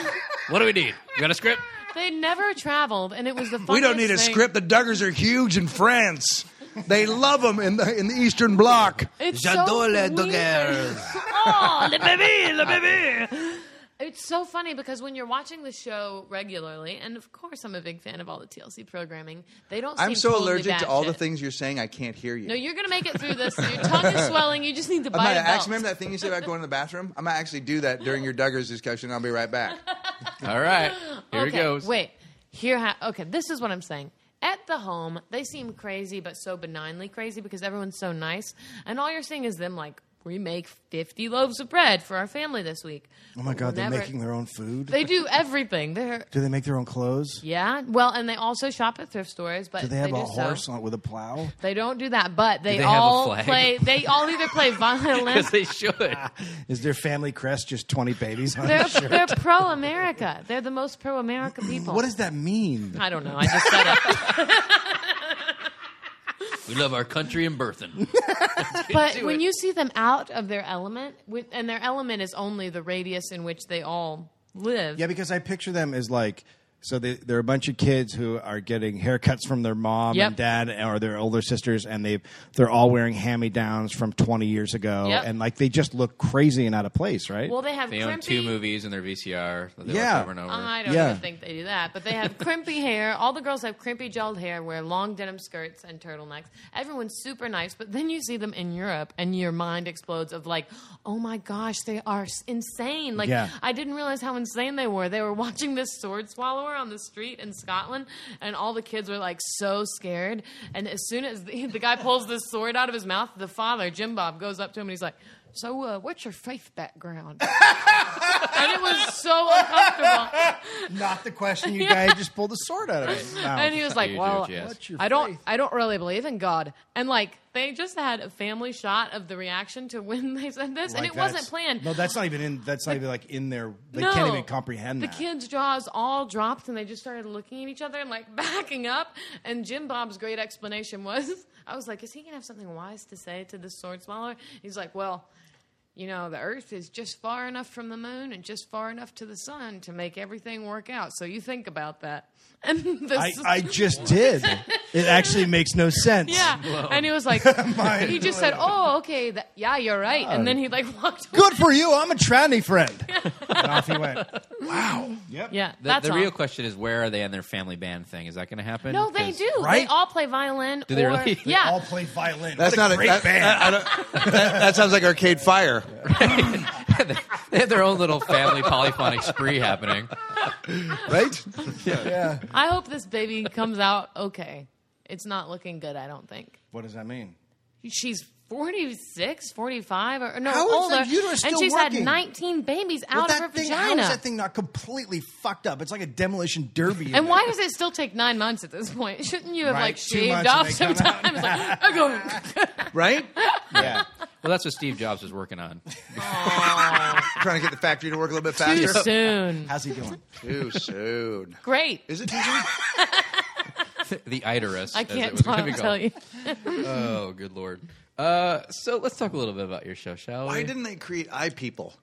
What do we need? You got a script? They never traveled, and it was the funniest We don't need a thing. script. The Duggars are huge in France. They love them in the in the Eastern Bloc. It's so J'adore les weird. Duggars. oh, le bébé, le bébé. It's so funny because when you're watching the show regularly, and of course I'm a big fan of all the TLC programming, they don't. I'm seem so totally allergic batshit. to all the things you're saying. I can't hear you. No, you're gonna make it through this. Your tongue is swelling. You just need to I'm bite gonna a ask belt. remember that thing you said about going to the bathroom. I'm gonna actually do that during your Duggars discussion. I'll be right back. All right. Here okay, it goes. Wait, here. Ha- okay, this is what I'm saying. At the home, they seem crazy, but so benignly crazy because everyone's so nice, and all you're seeing is them like. We make 50 loaves of bread for our family this week. Oh my god, they're Whenever- making their own food. They do everything. They're do they make their own clothes? yeah. Well, and they also shop at thrift stores, but Do they have a just horse Don't. on, with a plow? They don't do that, but they, they have a all flag? play. They all either play violin. Because they should. Is their family crest just twenty babies on They're, it? they're pro America. They're the most pro America people. What does that mean? I don't know. I just said it. We love our country and birthing. But do when it. you see them out of their element, with- and their element is only the radius in which they all live. Yeah, because I picture them as like so they, they're a bunch of kids who are getting haircuts from their mom Yep. and dad or their older sisters, and they they're all wearing hand me downs from twenty years ago, Yep. and like they just look crazy and out of place, right? Well, they have They crimpy, own two movies in their VCR that they Yeah. watch over and over. I don't Yeah. even think they do that. But they have crimpy hair. All the girls have crimpy gelled hair, wear long denim skirts and turtlenecks. Everyone's super nice. But then you see them in Europe and your mind explodes of like, oh my gosh, they are s- insane. Like, Yeah. I didn't realize how insane they were. They were watching this sword swallower on the street in Scotland and all the kids were like so scared. And as soon as the, the guy pulls this sword out of his mouth, the father, Jim Bob, goes up to him and he's like, so uh, what's your faith background? and it was so uncomfortable. Not the question you guys just pulled the sword out of his mouth. and he was You like, do, "Well, Jess. What's your I don't, faith? I don't really believe in God." And like, they just had a family shot of the reaction to when they said this, and Like, it wasn't that's- planned. No, that's not even in. That's not even like in their. They No. can't even comprehend The that. kids' jaws all dropped, and they just started looking at each other and like backing up. And Jim Bob's great explanation was, "I was like, is he gonna have something wise to say to this sword swallower?" He's like, "Well." You know, the earth is just far enough from the moon and just far enough to the sun to make everything work out. So you think about that. And this I, I just did. It actually makes no sense. Yeah, and he was like, he just said, "Oh, okay, that, yeah, you're right." And then he like walked. Away. Good for you. I'm a tranny friend. and off he went. Wow. Yep. Yeah, The, that's the all. real question is where are they on their family band thing? Is that going to happen? No, they 'Cause- do. They Right? all play violin. they or, really? They Yeah, All play violin. That's What not a great that, band. I- I don't- that- that sounds like Arcade Fire. They have their own little family polyphonic spree happening. right? I hope this baby comes out okay. It's not looking good. I don't think what does that mean? she's. 46, 45, or no, How is older. that uterus and still she's had working? 19 babies out of her thing, How vagina. is that thing not completely fucked up? It's like a demolition derby. in and why there. does it still take nine months at this point? Shouldn't you have Right, like two shaved months off and some they come out. time? It's like, I go, Right? Yeah. Well, that's what Steve Jobs was working on. Trying to get the factory to work a little bit too faster. soon. How's he doing? Too soon. Great. Is it too soon? The Iterus. I as it can't was tell, gonna be tell called. you. Oh, good lord. Uh, so let's talk a little bit about your show, shall Why we? didn't they create eye people?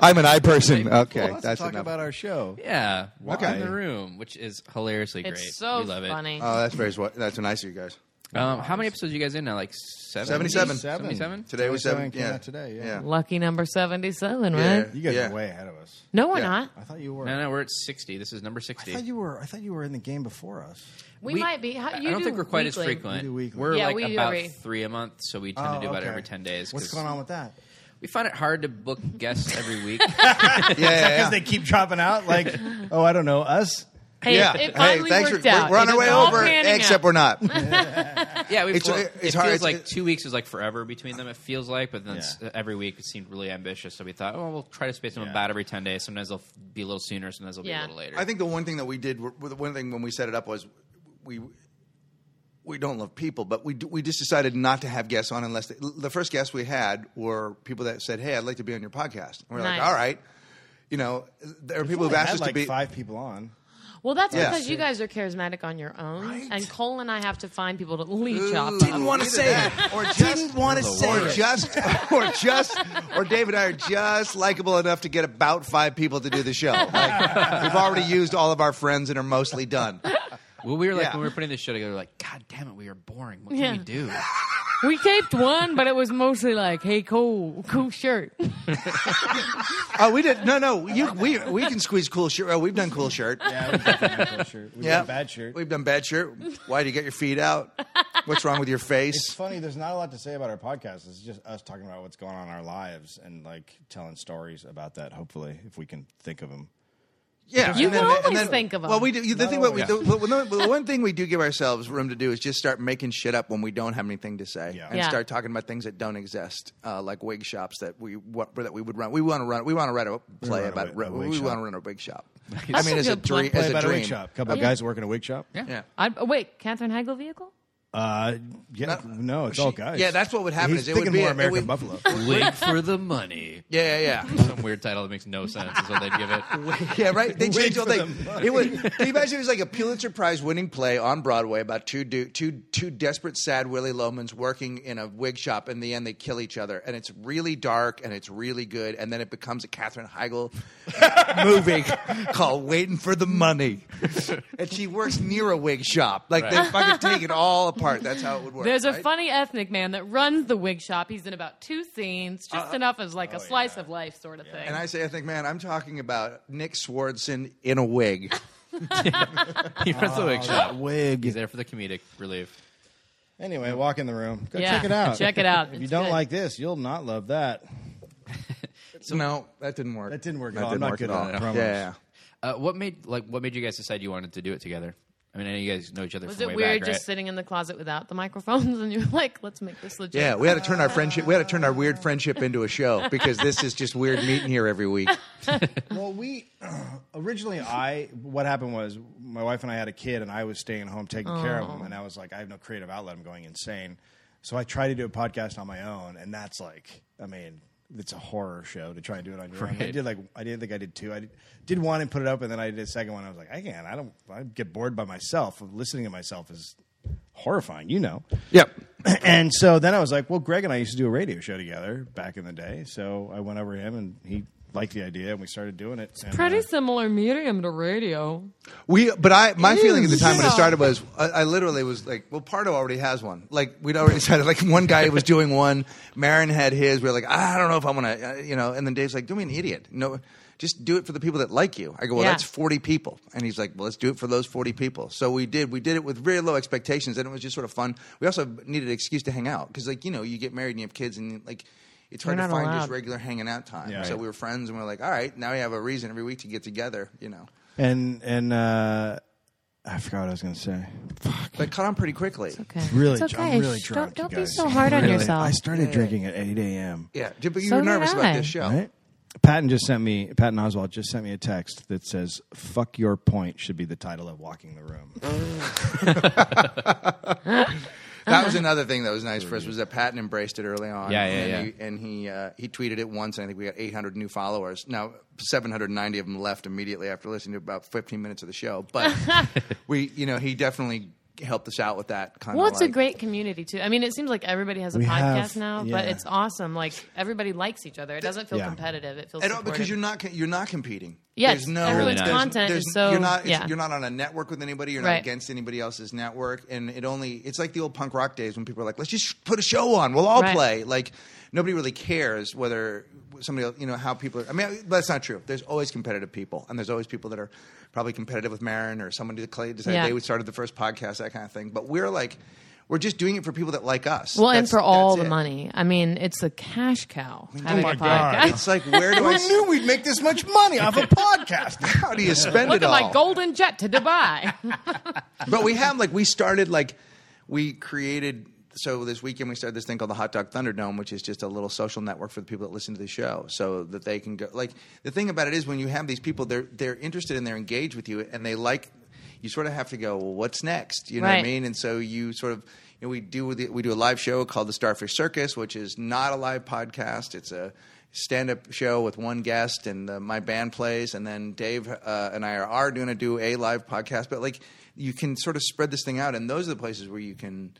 I'm an eye person. Okay, Let's that's talk enough. about our show. yeah, Walk Okay. in the Room, which is hilariously great. It's so we love it. funny. oh, that's very swa- that's nice of you guys. Um, how many episodes are you guys in now? Like 70? 77. 77? Today was Seventy-seven seven. came Yeah, out today, yeah. Lucky number 77, right? Yeah. You guys Yeah. are way ahead of us. No, we're Yeah. not. I thought you were. No, no, we're at 60. This is number I 60. thought you were. I thought you were in the game before us. We, might be. How, I you don't do think we're quite weekly. as frequent. We do weekly. Oh, are Yeah, like we do about every- three a month, so we tend to do about every 10 days. What's 'cause going on with that? We find it hard to book guests every week. yeah, yeah, yeah. Because they keep dropping out. Like, oh, I don't know us. Hey, Yeah. it Hey, finally thanks worked for out. we're on It our was way all over, panning out. except we're not. Yeah, we've It's- well, it's it hard- feels it's- like it- two weeks is like forever between them. It feels like, but then s Yeah. every week it seemed really ambitious. So we thought, oh, we'll try to space them Yeah. about every ten days. Sometimes they'll f- be a little sooner. Sometimes they'll Yeah. be a little later. I think the one thing that we did, the one thing when we set it up was we we don't love people, but we do, we just decided not to have guests on unless they, the first guests we had were people that said, "Hey, I'd like to be on your podcast," and we're like, Nice. "All right." You know, there are people who've I asked had us like to be. five people on. Well, that's Yeah. because you guys are charismatic on your own, Right. and Cole and I have to find people to leech off. Ooh, of. wanna either say that, it. or just, Didn't wanna or say it. just, or just, or Dave and I are just likable enough to get about five people to do the show. Like, we've already used all of our friends and are mostly done. well, we were like Yeah. when we were putting this show together, we were like, God damn it, we are boring. What Yeah. can we do? We taped one, but it was mostly like, "Hey, Cole, cool shirt." Oh, we did. No, no. You, we we can squeeze cool shirt. Oh, we've done cool shirt. Yeah, we've done cool shirt. We've done bad shirt. We've done bad shirt. Why do you get your feet out? What's wrong with your It's face? funny. There's not a lot to say about our podcast. It's just us talking about what's going on in our lives and like telling stories about that. Hopefully, if we can think of them. Yeah, You and can always and think of 'em. Well, we do. The Not thing, what we, the, always. the, the one thing we do give ourselves room to do is just start making shit up when we don't have anything to say, Yeah. and Yeah. start talking about things that don't exist, uh, like wig shops that we what, that we would run. We want to run. We want to write a play run a about. wi- a wig we shop. want to run a wig shop. I That's mean, a as a, good plug. dream, Play as a about a dream. wig shop. Couple of guys who work in a wig shop. Yeah. Yeah. I, oh, wait, Catherine Heigl vehicle? Uh, yeah. Not- no, it's all guys. yeah, that's what would happen He's is it would thinking be more a- it American would- Buffalo. Wait for the money. Yeah, yeah, yeah. Some weird title that makes no sense is what they'd give it. Yeah, right. They changed all for the. the money. It was. Can you imagine? It was like a Pulitzer Prize winning play on Broadway about two du- two two desperate, sad Willy Lomans working in a wig shop. In the end, they kill each other, and it's really dark and it's really good. And then it becomes a Katherine Heigl movie called "Waiting for the Money," and she works near a wig shop. Like they Right. fucking take it all apart. That's how it would work. There's a right? funny ethnic man that runs the wig shop. He's in about two scenes, just Uh-huh. enough as like a slice of life sort of thing. Oh, And I say, I think, man, I'm talking about Nick Swardson in a wig. He runs Oh, the wig shop. wig. He's there for the comedic relief. Anyway, walk in the room. Go Yeah, check it out. check it out. If you It's don't good. like this, you'll not love that. no, that didn't work. That didn't work at That all. I'm didn't not work good at at all. promos. Yeah, yeah. Uh, what made like what made you guys decide you wanted to do it together? I mean, I know you guys know each other. was from it way weird back, just right? sitting in the closet without the microphones and you're like, let's make this legit? Yeah, we had to turn our friendship. We had to turn our weird friendship into a show because this is just weird meeting here every week. Well, we originally, I what happened was my wife and I had a kid, and I was staying home taking care of him, and I was like, I have no creative outlet. I'm going insane. So I tried to do a podcast on my own, and that's like, I mean, it's a horror show to try and do it on your own. I Right. did like, I did think I did two. I did, did one and put it up, and then I did a second one. I was like, I can't. I don't. I get bored by myself. Listening to myself is horrifying, you know. Yep. and so then I was like, well, Greg and I used to do a radio show together back in the day. So I went over to him, and he liked the idea, and we started doing it. And, Pretty uh, similar medium to radio. We, but I, my feeling at the time when it Yeah. started was, I, I literally was like, well, Pardo already has one. Like we'd already decided. Like one guy was doing one, Marin had his. We were like, I don't know if I'm gonna, uh, you know. And then Dave's like, don't be an idiot. No, just do it for the people that like you. I go, well, Yeah. that's 40 people, and he's like, well, let's do it for those 40 people. So we did. We did it with very low expectations, and it was just sort of fun. We also needed an excuse to hang out because, like, you know, you get married and you have kids, and like. It's hard You're to not find just allowed. regular hanging out time. Yeah. So we were friends, and we were like, "All right, now we have a reason every week to get together." You know, and and uh, I forgot what I was going to say. but it caught on pretty quickly. Okay. Really, it's okay. I'm really Shh, drunk. Don't, you don't be guys. so hard on Really, yourself. I started drinking at eight a.m. Yeah, j- but you So were did nervous about I. this show. Right? Patton just sent me. Patton Oswald just sent me a text that says "fuck your point" should be the title of "Walking the Room." Uh-huh. That was another thing that was nice for us was that Patton embraced it early Mm-hmm. on. Yeah, yeah, and He, and he uh, he tweeted it once, and I think we got 800 new followers. Now 790 of them left immediately after listening to about 15 minutes of the show. But we, you know, he definitely helped us out with that kind Well, of. it's a great community too. I mean, it seems like everybody has a We podcast have- now, but yeah. it's awesome. Like everybody likes each other. It doesn't feel Yeah. oh, competitive. It feels At all, supportive. because you're not co- you're not competing. Yes, there's no everyone's there's- content there's- is so- you're not it's- yeah. you're not on a network with anybody. You're not Right. against anybody else's network, and it only it's like the old punk rock days when people are like, let's just put a show on, we'll all Right. play. Like nobody really cares whether somebody else, you know how people. Are, I mean, that's not true. There's always competitive people, and there's always people that are probably competitive with Marin or someone who decla- decided Yeah. they would started the first podcast, that kind of thing. But we're like. We're just doing it for people that like us. well, and That's- for all that's the it. money. I mean, it's a cash cow. having Oh my a God. podcast. It's like where do I? I knew we'd make this much money off a podcast. How do you spend Look it at all? my golden jet to Dubai. But we have like we started like we created. So this weekend we started this thing called the Hot Dog Thunderdome, which is just a little social network for the people that listen to the show, so that they can go. Like the thing about it is, when you have these people, they're they're interested and they're engaged with you, and they like. You sort of have to go. Well, what's next? You know what I Right. mean? And so you sort of. You know, we do the, we do a live show called the Starfish Circus, which is not a live podcast. It's a stand up show with one guest, and uh my band plays, and then Dave uh, and I are going to do a live podcast. But like, you can sort of spread this thing out, and those are the places where you can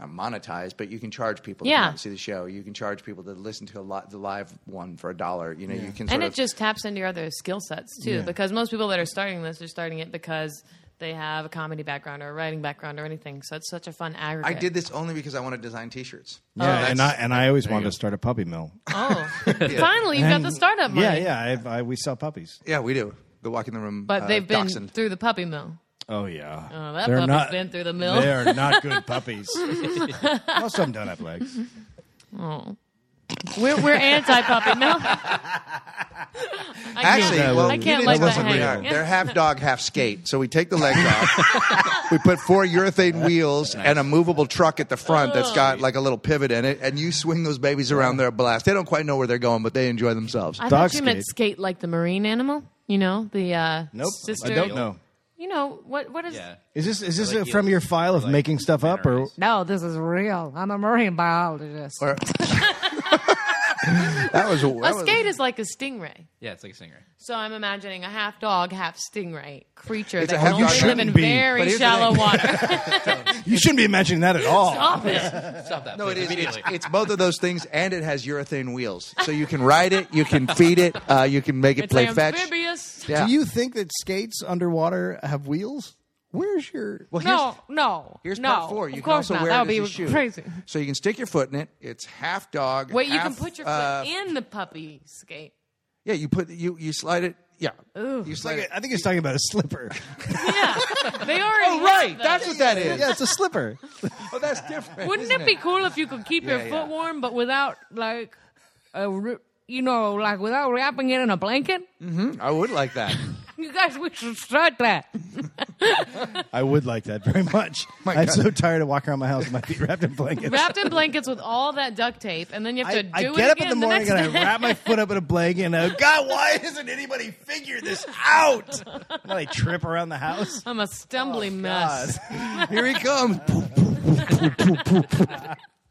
uh, monetize, but you can charge people to Yeah. come out and see the show. You can charge people to listen to a lot the live one for a dollar. You know, you can sort and of, it just taps into your other skill sets too, because most people that are starting this are starting it because they have a comedy background or a writing background or anything. So it's such a fun aggregate. I did this only because I want to design T-shirts. Yeah, and I that's- and I always wanted to start a puppy mill. Oh, finally, you've got the startup money. Yeah, yeah. I, I, we sell puppies. Yeah, we do. The walk in the room, But uh, they've been dachshund. through the puppy mill. Oh yeah. Oh, that puppy's been through the mill. They are not good puppies. Most of them don't have legs. We're, we're anti puppy mill. I Actually, Yeah, can't, well, I you can't didn't let tell us that what we are. hang. They're half dog, half skate. So we take the legs off. we put four urethane wheels and a movable truck at the front that's Oh. got like a little pivot in it, and you swing those babies around their blast. They don't quite know where they're going, but they enjoy themselves. I Dog thought you meant skate like the marine animal. You know the uh, Nope. sister. I don't know. You know what? What is? Yeah. Is this is this Like, from your file of like, making stuff up or? memorized. No, this is real. I'm a marine biologist. Or- that was, that A was- skate is like a stingray. Yeah, it's like a singer. So I'm imagining a half dog, half stingray creature It's that a can half dog, only live in shouldn't be. very But here's the shallow thing. water. You shouldn't be imagining that at all. Stop it. Stop that. No, it please, is. It's, immediately. it's both of those things, and it has urethane wheels, so you can ride it, you can feed it, uh, you can make it It's play like fetch. amphibious. Yeah. Do you think that skates underwater have wheels? Where's your? Well, here's- No, no. Here's no. part four. You of can course also not. wear that it would as a be shoe. crazy. So you can stick your foot in it. It's half dog. Wait, you can half, put your foot uh, in the puppy skate. Yeah, you put you you slide it. Yeah, you slide it. I think he's talking about a slipper. Yeah, they already. Oh, right. have those. That's what that is. yeah, it's a slipper. Oh, that's different. Wouldn't isn't it be cool if you could keep your Yeah, yeah. foot warm, but Without like, a, ri- you know, like without wrapping it in a blanket. I would like that. You guys, we should start that. I would like that very much. I'm so tired of walking around my house with my feet wrapped in blankets. wrapped in blankets with all that duct tape, and then you have to I, do I it get up again in the morning next and I day? wrap my foot up in a blanket and I go, God, why hasn't anybody figured this out? And I trip around the house. I'm a stumbly Oh, mess. Here he comes.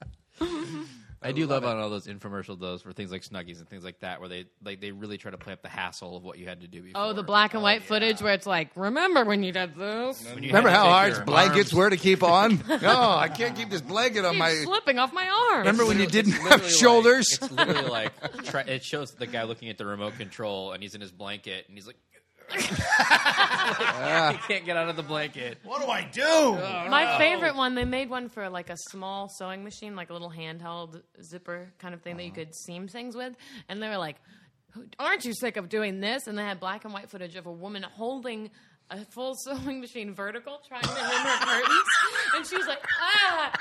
I do love on all those infomercial those for things like Snuggies and things like that, where they like they really try to play up the hassle of what you had to do before. Oh, the black and white footage where it's like, remember when you did this? When you Remember had to how take hard your blankets arms- were to keep on? No, I can't keep this blanket on Keep my. slipping off my arm. Remember when you It's didn't literally have like- shoulders? it's literally like try, it shows the guy looking at the remote control and he's in his blanket and he's like, Ah. he can't get out of the blanket. What do I do? My favorite one, they made one for like a small sewing machine, like a little handheld zipper kind of thing that you could seam things with. And they were like, Aren't you sick of doing this? And they had black and white footage of a woman holding a full sewing machine vertical, trying to hem her curtains. And she was like, Ah!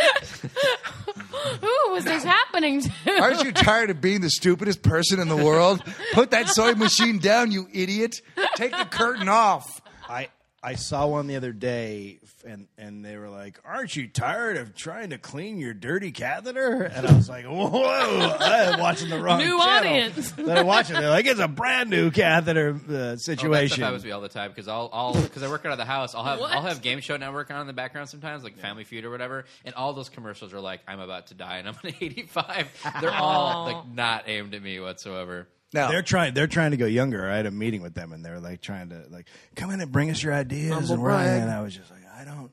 Who was this happening to? Aren't you tired of being the stupidest person in the world? Put that sewing machine down, you idiot. Take the curtain off. I I saw one the other day f- and and they were like, Aren't you tired of trying to clean your dirty catheter? And I was like, Whoa, I'm watching the wrong New channel. audience. Then I watch it, they're like, It's a brand new catheter uh, Oh, that stuff situation. happens to me all the time because I'll, I'll, because I work out of the house. I'll have, What? I'll have game show network on in the background sometimes, like Family Feud or whatever. And all those commercials are like, "I'm about to die and I'm an 85." They're all Aw. like not aimed at me whatsoever. Now, They're trying. They're trying to go younger. I had a meeting with them, and they were like trying to like come in and bring us your ideas. Humble and, we're like- brag. and I was just like, I don't,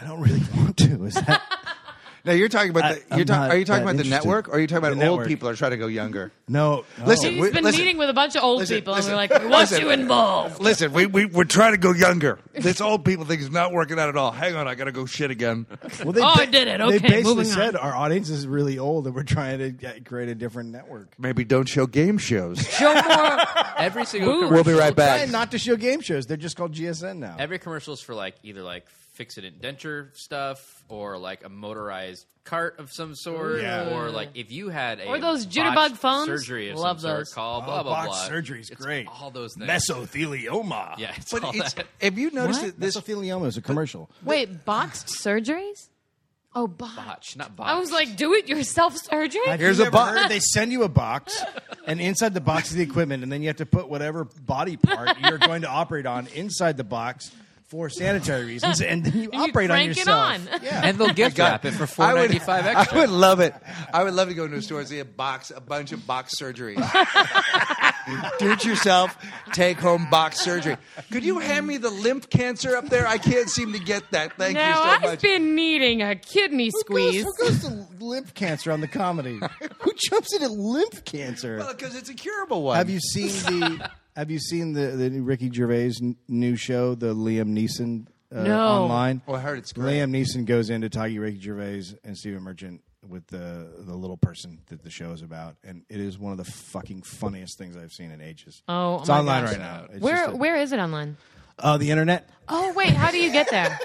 I don't really want to. Is that now you're talking about I- the. I'm You're ta- not are you talking that about the interested. network, or are you talking about The old network. people that are trying to go younger? no? no. Listen, He's we- been listen. meeting with a bunch of old Listen, people, listen, and we're like, we want listen. you involved. Listen, we, we, we're trying to go younger. This old people thing is not working out at all. Hang on, I got to go shit again. Well, they, Oh, I ba- did it. They Okay, basically moving on. said our audience is really old, and we're trying to get, create a different network. Maybe don't show game shows. Show more. Every single Ooh. commercial, We'll be right back. Trying not to show game shows. They're just called GSN now. Every commercial is for like either like fix it indenture stuff or like a motorized cart of some sort Yeah. or like if you had a Or those botched jitterbug phones? surgery of Love some sort, those. call Oh, blah blah box blah surgery's It's great. all those things Mesothelioma. yeah it's all But it's, that. have you noticed that this? Mesothelioma is a commercial. Wait, boxed surgeries? Oh, botched. Botched, not I was boxed. like, do it yourself surgery? Have Here's you a never box. heard? They send you a box, and inside the box is the equipment, and then you have to put whatever body part you're going to operate on inside the box for sanitary reasons, and then you you operate on crank it yourself. on. Yeah. and they'll gift wrap it for four I would- ninety five I extra would love it. I would love to go into a store and see a box, a bunch of box surgery. Do it yourself. Take home box surgery. Could you hand me the lymph cancer up there? I can't seem to get that. Thank you so now I've much. been needing a kidney squeeze. Who goes to lymph cancer on the comedy? Who jumps into lymph cancer? well, because Oh, it's a curable one. Have you seen the Have you seen the, the new Ricky Gervais n- new show, the Liam Neeson uh, No. online? Oh, I heard it's great. Liam Neeson goes into talking to Ricky Gervais and Stephen Merchant with the the little person that the show is about, and it is one of the fucking funniest things I've seen in ages. Oh, oh it's my online gosh. right now. It's where just a- where is it online? Oh, the internet. Oh wait, how do you get there?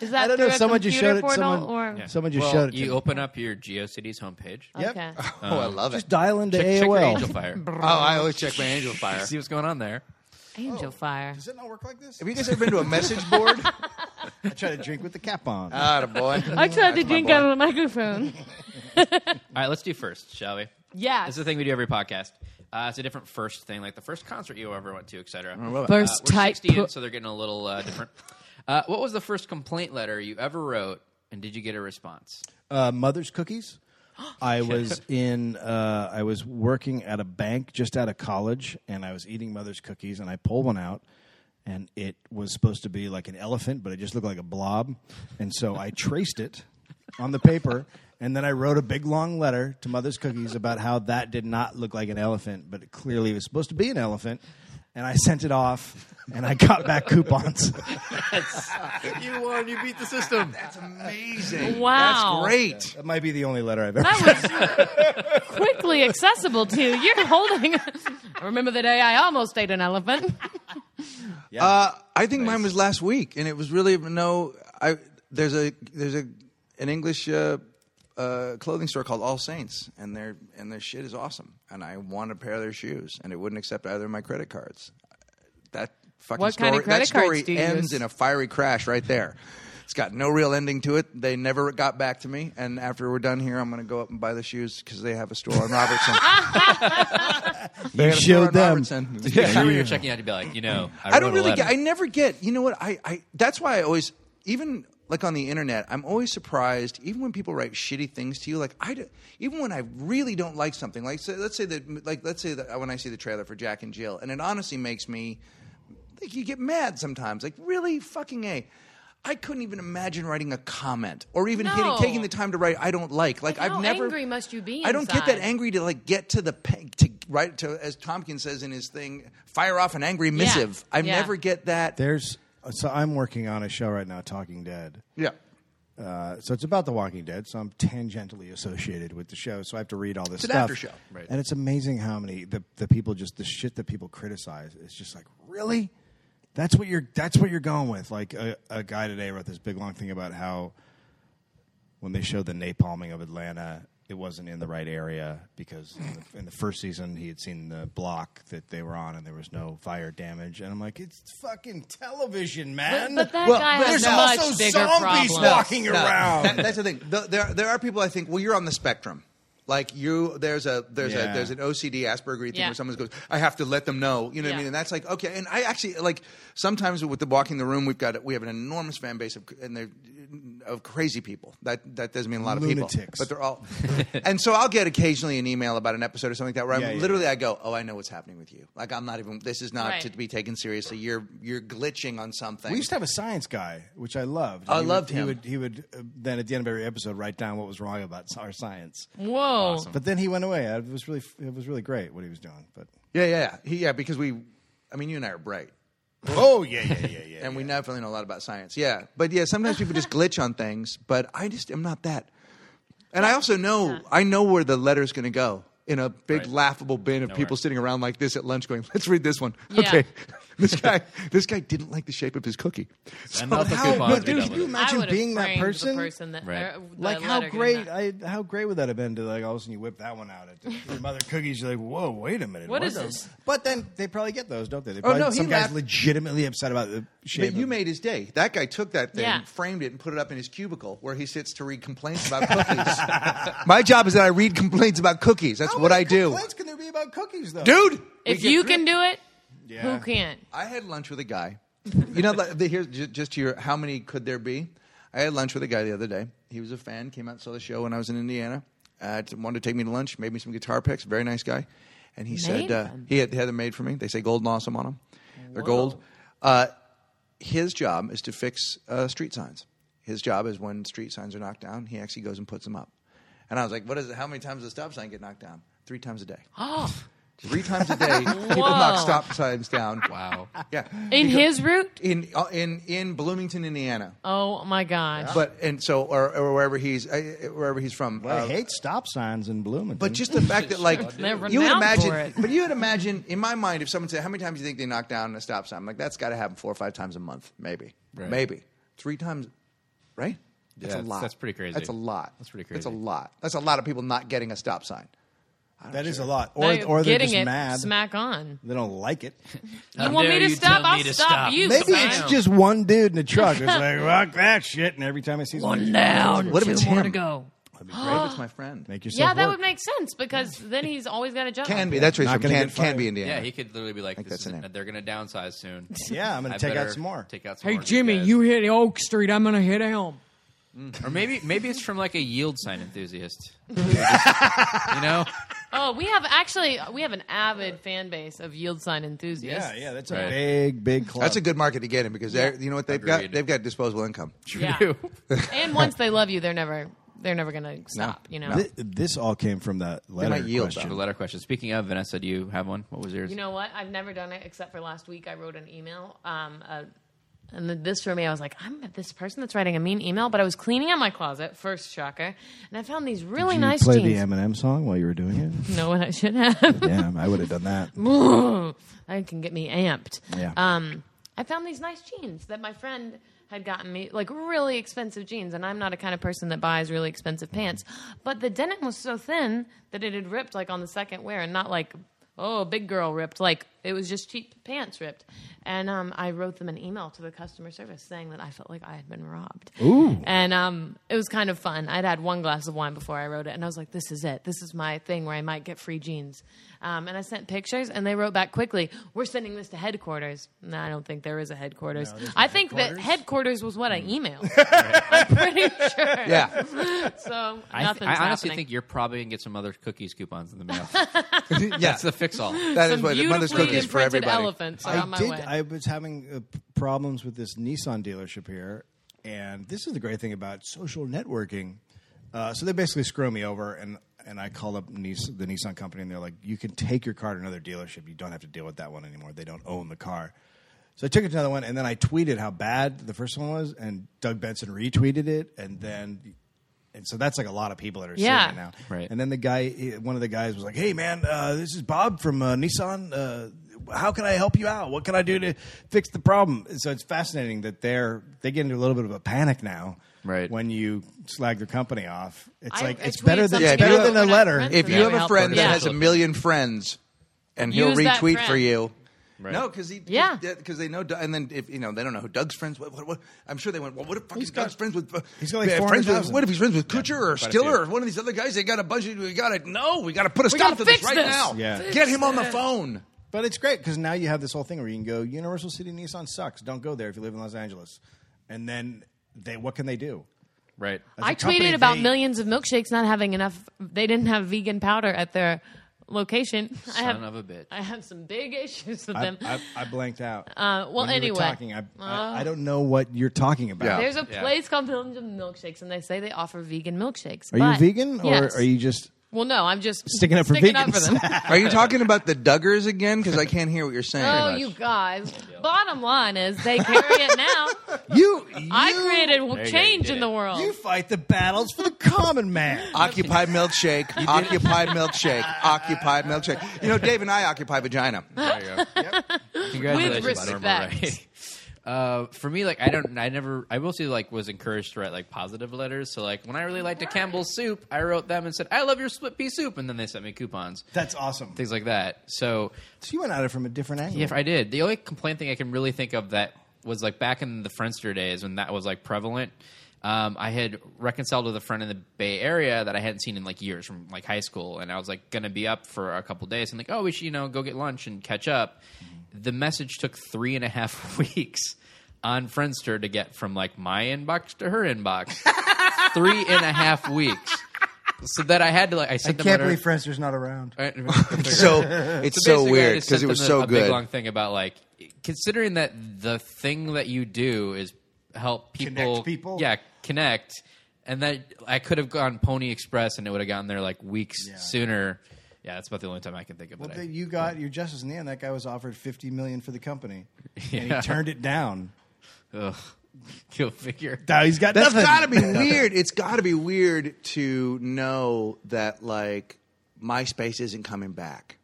Is that I don't know. through a Someone just computer showed it. portal Someone, or someone just well, showed it. To you me. open up your GeoCities homepage Yep. okay? oh, I love Just it. dial into check, check your AOL. Angel Fire Oh, I always check my angel fire. see what's going on there Angel Fire. Does it not work like this? Have you guys ever been to a message board? I try to drink with the cap on. Ah, boy. I tried to drink out of the microphone. all right let's do first shall we Yeah. It's the thing we do every podcast. Uh, it's a different first thing, like the first concert you ever went to, etc. First we're type 60 in, pro- so they're getting a little uh, different. Uh, what was the first complaint letter you ever wrote, and did you get a response? uh, mother's cookies. I was in. Uh, I was working at a bank just out of college, and I was eating mother's cookies, and I pulled one out, and it was supposed to be like an elephant, but it just looked like a blob, and so I traced it on the paper, and then I wrote a big long letter to mother's cookies about how that did not look like an elephant, but it clearly was supposed to be an elephant. And I sent it off, and I got back coupons. you won. You beat the system. That's amazing. Wow. That's great. that might be the only letter I've ever. That was quickly accessible to you. You're holding. I remember the day I almost ate an elephant. Uh, I think mine was last week, and it was really no. I there's a there's a an English uh, uh, clothing store called All Saints, and their and their shit is awesome. And I want a pair of their shoes, and it wouldn't accept either of my credit cards. That fucking What story. kind of credit that story cards do you use? ends in a fiery crash right there. It's got no real ending to it. They never got back to me. And after we're done here, I'm going to go up and buy the shoes because they have a store on Robertson. They You got a store showed on them. Robertson. Yeah, sure, when you're checking out, you'd be like, you know, I, I wrote don't a really letter. get. I never get. You know what? I, I. That's why I always, even like on the internet, I'm always surprised. Even when people write shitty things to you, like I, do- even when I really don't like something, like say, let's say that, like let's say that when I see the trailer for Jack and Jill, and it honestly makes me, like you get mad sometimes. Like really, fucking a. I couldn't even imagine writing a comment or even hitting, No. taking the time to write. I don't like. Like Like, I've how never. angry must you be I don't get that inside? angry to like get to the pe- to right to as Tompkins says in his thing, fire off an angry missive. I Yeah. never get that. There's so I'm working on a show right now, Talking Dead. Yeah. Uh, so it's about The Walking Dead. So I'm tangentially associated with the show. So I have to read all this It's an stuff. after show. Right. And it's amazing how many the the people just the shit that people criticize. It's just like really, that's what you're that's what you're going with. Like a, a guy today wrote this big long thing about how when they showed the napalming of Atlanta, it wasn't in the right area because in the, in the first season he had seen the block that they were on and there was no fire damage. And I'm like, it's fucking television, man. but that Well, guy but has there's no. much also bigger zombies problems. walking No, around. that- that's the thing. Th- There, there are people I think. Well, you're on the spectrum. Like you, there's a there's Yeah. a there's an OCD Asperger thing Yeah. where someone goes, I have to let them know. You know what Yeah. I mean? And that's like okay. And I actually like sometimes with the walking the room, we've got we have an enormous fan base of and they're of crazy people. That that doesn't mean a lot of people, Lunatics. but they're all. and so I'll get occasionally an email about an episode or something like that where Yeah, I'm yeah, literally I go, oh, I know what's happening with you. Like I'm not even. This is not Right. to be taken seriously. You're you're glitching on something. We used to have a science guy, which I loved. I He loved would, him. He would, he would uh, then at the end of every episode write down what was wrong about our science. Whoa. Mm. But then he went away. It was really, it was really great what he was doing. But Yeah, yeah, yeah. He, yeah, because we, I mean, you and I are bright, oh yeah, yeah, yeah, yeah. and we definitely know a lot about science. Yeah, but yeah, sometimes people just glitch on things. But I just am not that, and I also know I know where the letter's going to go in a big Right. laughable bin of people sitting around like this at lunch, going, "Let's read this one." Yeah. Okay, this guy, this guy didn't like the shape of his cookie. Send out the How, coupons but if he dude, doesn't. can you I imagine would've being that framed person? The person that, Right. or the like how letter getting great, that. I, how great would that have been to like all of a sudden you whip that one out at the your mother cookies? You're like, whoa, wait a minute, What are is those? this? But then they probably get those, don't they? they probably, Oh, no, he some guy's laughed- legitimately upset about the shape. But you of- made his day. That guy took that thing, Yeah. framed it, and put it up in his cubicle where he sits to read complaints about cookies. My job is that I read complaints about cookies. That's How what many I do, Complaints can there be about cookies though, dude. we If get you three- can do it, Yeah. who can't? I had lunch with a guy. You know, like, the- here's ju- just to your how many could there be? I had lunch with a guy the other day. He was a fan, came out and saw the show when I was in Indiana. Uh, t- wanted to take me to lunch, made me some guitar picks. Very nice guy. And he said Made uh, them? he had, had them made for me. They say gold and awesome on them. They're Whoa. gold. Uh, his job is to fix uh, street signs. His job is when street signs are knocked down, he actually goes and puts them up. And I was like, what is it? How many times does a stop sign get knocked down? Three times a day. Oh, Three times a day, people Whoa. knock stop signs down. Wow. Yeah in his route? in uh, in in Bloomington, Indiana. Oh my gosh! But and so or, or wherever he's uh, wherever he's from. Well, I Uh, hate stop signs in Bloomington. but just the fact that like They're you would renowned imagine, for it. but you would imagine in my mind if someone said, "How many times do you think they knocked down a stop sign?" I'm like that's got to happen four or five times a month, maybe, Right. maybe three times, right? Yeah, That's a that's- lot. that's pretty crazy. That's a lot. That's pretty That's a crazy. lot. That's a lot of people not getting a stop sign. that is a lot, Now or you're or they're getting just it mad. smack on. They don't like it. you want me dare to you stop? tell I'll me to stop, stop. you. Maybe son. it's just one dude in a truck. It's like fuck that shit, and every time I see one, down. What if it's two more him? to go. Right? It's my friend. make yourself yeah, that work. would make sense because then he's always got a job. Can be. That's right. Not so gonna Can get can fired. be Indiana. Yeah, he could literally be like, this that's the is- name. they're going to downsize soon. Yeah, I'm gonna I take out better some more. Take out some Hey, more of these Jimmy, guys." you hit Oak Street. I'm going to hit Elm. Or maybe maybe it's from like a yield sign enthusiast. you know? Oh, we have actually we have an avid fan base of yield sign enthusiasts. Yeah, yeah, that's a Right. big, big club. That's a good market to get in because they're you know what they've got Agreed. they've got disposable income. Yeah. and once they love you, they're never they're never gonna stop. You know. Th- this all came from that letter might yield, question. The letter question. Speaking of, Vanessa, do you have one? What was yours? You know what? I've never done it except for last week. I wrote an email. Um, uh, and then this for me, I was like, I'm this person that's writing a mean email, but I was cleaning out my closet, first shocker, and I found these really Did you nice play jeans. the Eminem song while you were doing it? you know what I should have? Damn, I would have done that. I can get me amped. Yeah. Um, I found these nice jeans that my friend had gotten me, like really expensive jeans, and I'm not a kind of person that buys really expensive pants. But the denim was so thin that it had ripped like on the second wear, and not like oh big girl ripped, like it was just cheap pants ripped. And um, I wrote them an email to the customer service saying that I felt like I had been robbed. Ooh. And um, it was kind of fun. I'd had one glass of wine before I wrote it, and I was like, this is it. This is my thing where I might get free jeans. Um, and I sent pictures, and they wrote back quickly, we're sending this to headquarters. No, I don't think there is a headquarters. I think that headquarters was what I Hmm. emailed. I'm pretty sure. Yeah. So I, th- nothing's I honestly happening. think you're probably gonna get some other cookies coupons in the mail. yeah. That's the fix all. That is Some what the mother's beautifully cookies for imprinted everybody. elephants are on I my did. way. I was having uh, p- problems with this Nissan dealership here, and this is the great thing about social networking. Uh, so they basically screw me over, and and I called up Nis- the Nissan company, and they're like, "You can take your car to another dealership. You don't have to deal with that one anymore. They don't own the car." So I took it to another one, and then I tweeted how bad the first one was, and Doug Benson retweeted it, and then. And so that's like a lot of people that are Yeah. seeing it now. Right. And then the guy, one of the guys was like, "Hey, man, uh, this is Bob from uh, Nissan. Uh, how can I help you out? What can I do to fix the problem?" So it's fascinating that they're they get into a little bit of a panic now. Right. When you slag their company off, it's I- like I it's tweeted better than something Yeah, it's better about than a we're not letter. friends. If That's you have very a friend helpful. that Yeah. has a million friends, and he'll Use that retweet for friend. you. Right. No, because he, Yeah. because they know, Doug- and then if you know, they don't know who Doug's friends. What, what, what, I'm sure they went. Well, what if fucking got- Doug's friends with? he's got like uh, friends with 400,000. what if he's friends with Kutcher or quite a Stiller few. or one of these other guys? They got a bunch of. We got to no, we got to put a We stop gotta to this fix right this. now. Yeah. Fix Get him on the phone. But it's great because now you have this whole thing where you can go. Universal City Nissan sucks. Don't go there if you live in Los Angeles. And then they, what can they do? Right. As a I company, tweeted about they- millions of milkshakes not having enough. They didn't have vegan powder at their location. I Son have, of a bitch. I have some big issues with I, them. I, I blanked out. Uh, well, When you were anyway. Uh, talking, I, I, I don't know what you're talking about. Yeah. There's a Yeah. place called Pilgrim's Milkshakes, and they say they offer vegan milkshakes. Are but- you vegan or Yes. are you just Well, no, I'm just Sticking up for sticking vegans. Up for them. Are you talking about the Duggars again? Because I can't hear what you're saying. oh, you guys. Bottom line is they carry it now. You, I you- There created you change did in the it. world. You fight the battles for the common man. Occupy milkshake. Occupy milkshake. Occupy milkshake. You know, Dave and I occupy vagina. Congratulations, With Barbara respect. Murray. Uh, for me, like I don't, I never, I mostly like was encouraged to write like positive letters. So like when I really liked a Campbell's soup, I wrote them and said, "I love your split pea soup," and then they sent me coupons, That's awesome. things like that. So So you went at it from a different angle. yeah, if I did. The only complaint thing I can really think of that was like back in the Friendster days when that was like prevalent. Um, I had reconciled with a friend in the Bay Area that I hadn't seen in like years from like high school, and I was like gonna be up for a couple days, and like, oh, we should you know go get lunch and catch up. The message took three and a half weeks on Friendster to get from like my inbox to her inbox, three and a half weeks. So that I had to like I I sent them can't a believe Friendster's not around. letter- So it's so basically, I weird just because sent it was them a, so a Big good. long thing about like considering that the thing that you do is help people, Connect people? yeah, connect, and that I could have gone Pony Express and it would have gotten there like weeks Yeah. sooner. Yeah, that's about the only time I can think of Well, that. the- I- you got your justice in the end. That guy was offered fifty million for the company, and he Yeah. turned it down. Ugh. Go figure. Now he's got That's nothing. got to be weird. It's got to be weird to know that like MySpace isn't coming back.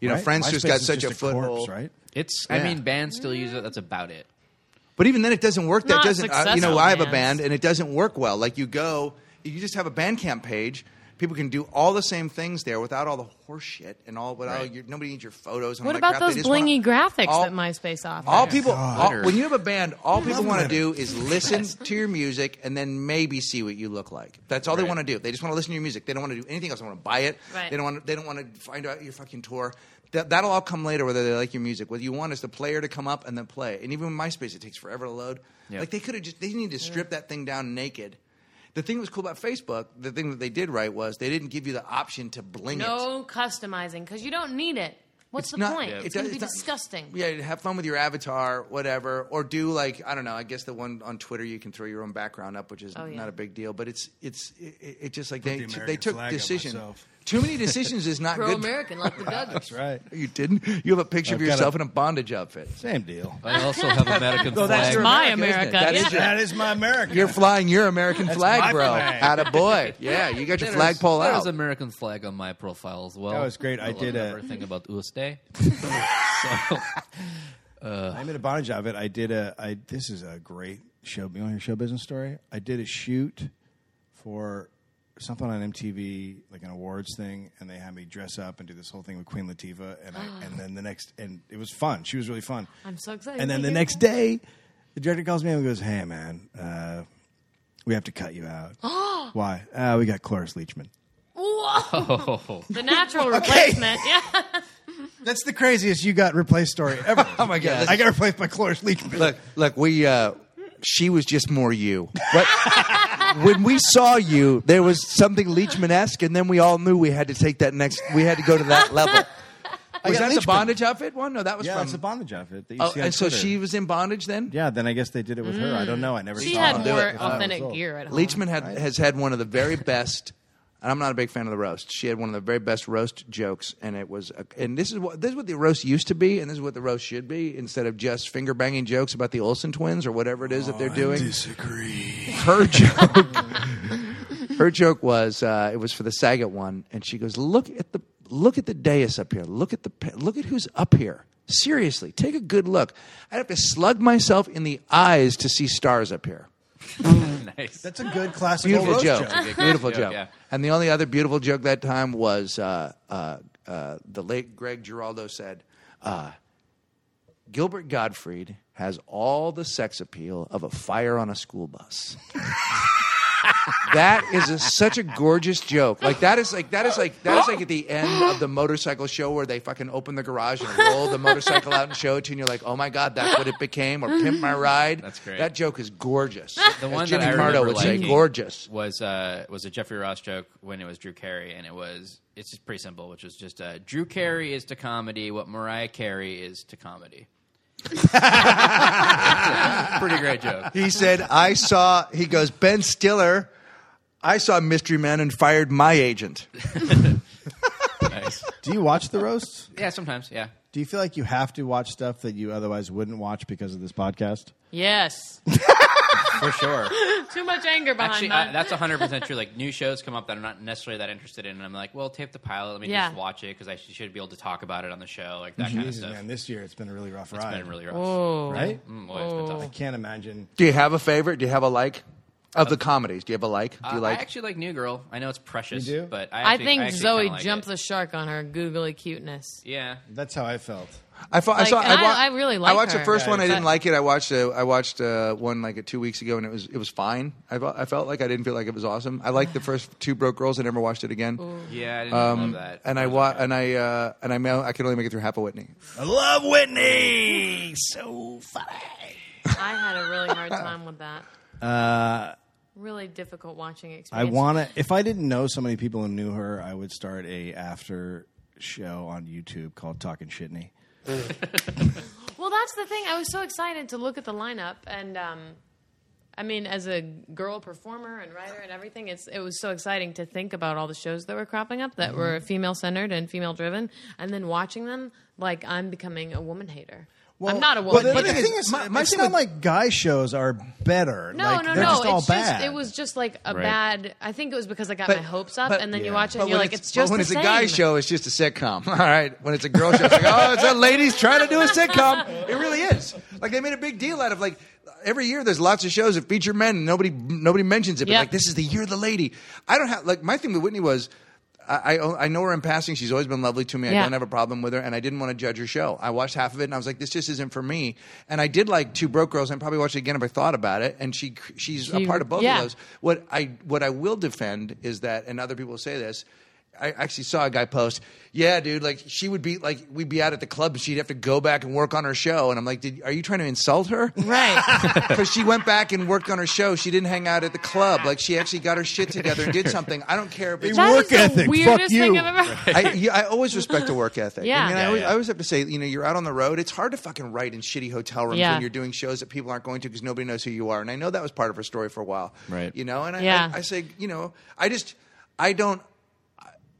You know, Right? Friendster's MySpace got is such just a foothold, corpse, right? It's. I Yeah. mean, bands still use it. That's about it. But even then, it doesn't work. That Not doesn't. Uh, you know, successful I have a bands. band, and it doesn't work well. Like you go, you just have a Bandcamp page. People can do all the same things there without all the horseshit and all. Without your, nobody needs your photos. And what all about that crap. those They just blingy wanna- graphics all- that MySpace offers? All people, all, Letter. when you have a band, all people love want to do letter. is listen to your music and then maybe see what you look like. That's all they Right. want to do. They just want to listen to your music. They don't want to do anything else. They want to buy it. Right. They don't want. They don't want to find out your fucking tour. That, that'll all come later, whether they like your music. What you want is the player to come up and then play. And even with MySpace, it takes forever to load. Yeah. Like they could have just. They need to strip that thing down naked. The thing that was cool about Facebook, the thing that they did right was they didn't give you the option to bling it. no customizing because you don't need it. What's the Not- point? it It's does- going to be it's not- disgusting. Yeah, have fun with your avatar, whatever, or do like I don't know. I guess the one on Twitter you can throw your own background up, which is Oh, yeah. not a big deal. But it's it's it, it it just like they the they American took flag up decision. myself. Too many decisions is not Pro good. American, like the Duggars. Right. You didn't. You have a picture I've of got yourself a- in a bondage outfit. Same deal. I also have American that's flag. your- My America, America. yeah. isn't it? That is your- That is my America. You're flying your American my flag, bro. flag. At a boy. Yeah, you got your There's- flagpole There's out. American flag on my profile as well. That was great. I I'll did a- never think about US Day. so, I'm in advantage of it. I did a. I this is a great show. You want to hear a show business story? I did a shoot for something on MTV, like an awards thing, and they had me dress up and do this whole thing with Queen Latifah, and I, and then the next, and it was fun. She was really fun. I'm so excited And to then the hear next that. day, the director calls me and goes, "Hey, man, uh, we have to cut you out. Why? Uh, we got Cloris Leachman." Whoa. oh, The natural replacement. Yeah. That's the craziest you got replaced story ever. oh my God. I got replaced by Cloris Leachman. Look, look, we uh she was just more you. But when we saw you, there was something Leachman esque, and then we all knew we had to take that next we had to go to that level. Was got that the Leachman. bondage outfit one? No, that was yeah, from it's a bondage outfit. That you Oh, see on and so Twitter. she was in bondage then? Yeah, then I guess they did it with her. I don't know. I never. She saw had it. more If I was authentic old. gear at home. Leachman had, has had one of the very best. And I'm not a big fan of the roast. She had one of the very best roast jokes, and it was. A, and this is what this is what the roast used to be, and this is what the roast should be. Instead of just finger banging jokes about the Olsen twins or whatever it is that Oh, they're doing, Disagree. her joke her joke was uh, it was for the Saget one and she goes look at the look at the dais up here look at the pa- look at who's up here seriously take a good look i'd have to slug myself in the eyes to see stars up here nice. That's a good classical beautiful roast joke, joke. beautiful joke, joke yeah. and the only other beautiful joke that time was uh, uh, uh, the late greg giraldo said uh, gilbert gottfried has all the sex appeal of a fire on a school bus That is a, such a gorgeous joke. Like that is like that is like that is like at the end of the motorcycle show where they fucking open the garage and roll the motorcycle out and show it to you, and you're like, oh my god, that's what it became. Or pimp my ride. That's great. That joke is gorgeous. The As one Jimmy that I Pardo remember would say, liking gorgeous. was uh, was a Jeffrey Ross joke when it was Drew Carey, and it was it's just pretty simple, which is just uh, Drew Carey is to comedy what Mariah Carey is to comedy. pretty great joke. He said, I saw. He goes, Ben Stiller. I saw Mystery Men and fired my agent. Nice. Do you watch the roasts? Yeah, sometimes. Yeah. Do you feel like you have to watch stuff that you otherwise wouldn't watch because of this podcast? Yes. For sure. Too much anger behind Actually, mine. I, that's 100% true. Like, new shows come up that I'm not necessarily that interested in, and I'm like, well, tape the pilot. Let me Yeah. just watch it because I sh- should be able to talk about it on the show. Like, that kind of Jesus, stuff. man, this year it's been a really rough It's ride. been really rough. oh. right? Mm, boy, it's been tough. I can't imagine. Do you have a favorite? Do you have a like? Of the comedies, do you have a like? Do you Uh, like? I actually like New Girl. I know it's precious, You do? but I, I actually, think actually Zoe kinda like jumped it. the shark on her googly cuteness. Yeah. That's how I felt. I, fo- I Like, saw. and I- wa- I really like I watched her. the first Yeah, one. I but- didn't like it. I watched. Uh, I watched uh, one like uh, two weeks ago, and it was it was fine. I, fe- I felt like I didn't feel like it was awesome. I liked the first two broke girls. I never watched it again. Yeah, I didn't love that. Um, And It I was wa- okay. and I uh, and I ma- I could only make it through half a Whitney. I love Whitney. So funny. I had a really hard time with that. Uh, Really difficult watching I experience. want to. If I didn't know so many people who knew her, I would start a after show on YouTube called Talking Shitney. Well, that's the thing. I was so excited to look at the lineup, and um, I mean, as a girl performer and writer and everything, it's it was so exciting to think about all the shows that were cropping up that were female centered and female driven, and then watching them. Like I'm becoming a woman hater. I'm not a woman. But, hater. but the thing is, my, it's not like guy shows are better. No, like, no, they're no. Just all it's bad. just it was just like a Right. bad. I think it was because I got But- my hopes up, but- and then you yeah. watch it, and you're like, it's, but just when the it's same. a guy show, it's just a sitcom. All right. When it's a girl show, it's like, oh, it's a ladies trying to do a sitcom. It really is. Like they made a big deal out of like every year. There's lots of shows that feature men. And nobody nobody mentions it. But Yeah. like this is the year of the lady. I don't have like my thing with Whitney was. I, I I know her in passing. She's always been lovely to me. I Yeah. don't have a problem with her, and I didn't want to judge her show. I watched half of it, and I was like, "This just isn't for me." And I did like Two Broke Girls, and probably watched it again if I thought about it. And she she's a She- part of both yeah. of those. What I what I will defend is that, and other people say this. I actually saw a guy post, "Yeah, dude, like she would be like we'd be out at the club and she'd have to go back and work on her show." And I'm like, Did, "Are you trying to insult her? right? Because she went back and worked on her show. She didn't hang out at the club. Like she actually got her shit together and did something. I don't care if it's That Work is the ethic, fuck weirdest thing you. I've ever. I, yeah, I always respect a work ethic. Yeah. I mean, I, Yeah, always, yeah. I always have to say, you know, you're out on the road. It's hard to fucking write in shitty hotel rooms Yeah. when you're doing shows that people aren't going to because nobody knows who you are. And I know that was part of her story for a while. Right. You know, and I, Yeah. I, I say, you know, I just, I don't,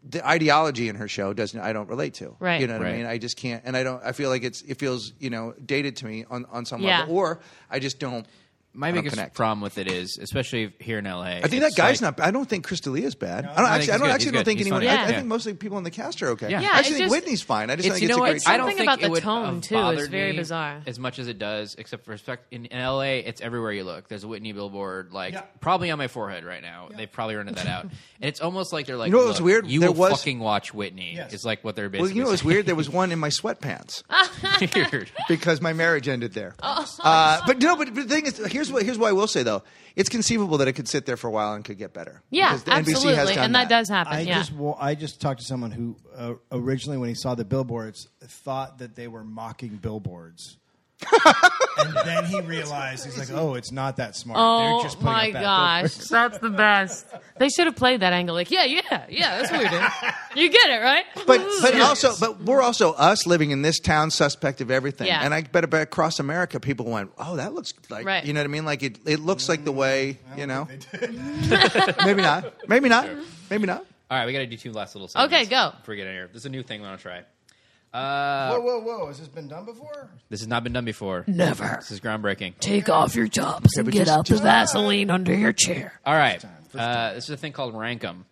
the ideology in her show doesn't, I don't relate to. Right. You know what Right. I mean? I just can't, and I don't, I feel like it's, it feels, you know, dated to me on, on some Yeah. level. Or I just don't. My I don't biggest connect. problem with it is, especially here in LA. I think that guy's not. I don't think Cristalia's bad. I don't I think actually. he's I don't good. He's actually don't good. think He's anyone. fine. I, I Yeah. think mostly people in the cast are okay. Yeah. Yeah, I actually it's think just- Whitney's fine. I just It's, think you know it's a what? great. I don't Something think about it the would tone, have too, is bothered very me bizarre. As much as it does, except for respect in, in LA, it's everywhere you look. There's a Whitney billboard, like probably on my forehead right now. They've probably rented that out, and it's almost like they're like, You know what was "Look, weird? You There will was- fucking watch Whitney." Is like what they're Well, basically. you know what's saying. weird? There was one in my sweatpants Ah. Weird. because my marriage ended there. Oh. uh, but no, but, but the thing is, here's what here's what I will say though. It's conceivable that it could sit there for a while and could get better. Yeah, Because the absolutely, NBC has done and that. that, does happen. I yeah, just well, I just talked to someone who uh, originally, when he saw the billboards, thought that they were mocking billboards. and then he realized he's like, "Oh, it's not that smart. They're Oh just putting my up that gosh, that's the best. They should have played that angle. Like, yeah, yeah, yeah, that's what we did. You get it, right? But but also but we're also us living in this town suspect of everything. Yeah. And I bet, bet across America people went, oh, that looks like Right. you know what I mean? Like it it looks like the way you know. billboard." Maybe not. Maybe not. Maybe not. All right, we got to do two last little. Segments Okay, go. Before we get out of here, this is a new thing. I want to try. whoa, whoa, whoa! Has this been done before? This has not been done before. Never. This is groundbreaking. Take off your jobs and but get just- out just- the Vaseline under your chair. All right. Uh, this is a thing called rank 'em.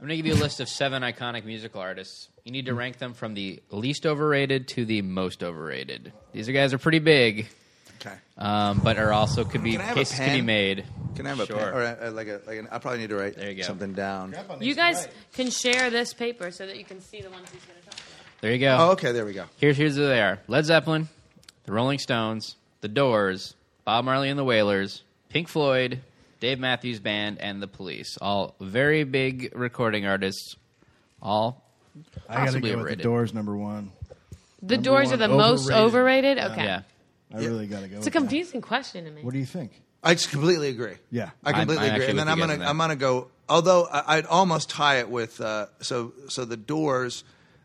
I'm going to give you a list of seven iconic musical artists. You need to rank them from the least overrated to the most overrated. These are guys are pretty big, Okay. um, but are also could be Can I have a cases can be pen? made. Can I have a sure. pen? Or uh, like a like an, I probably need to write There you go. something down. you guys can share this paper so that you can see the ones he's going to talk about. There you go. Oh, okay, there we go. Here's here's who they are: Led Zeppelin, the Rolling Stones, the Doors, Bob Marley and the Wailers, Pink Floyd, Dave Matthews Band, and the Police. All very big recording artists. All I gotta possibly go with the overrated. Doors number one. The Number doors one, are the most overrated. overrated. Okay, yeah. I really gotta go. it's a confusing question to me. What do you think? I just completely agree. Yeah. I I'm- completely I'm agree. actually And then with I'm you guys gonna on that. I'm gonna go. Although I, I'd almost tie it with uh, so so the Doors.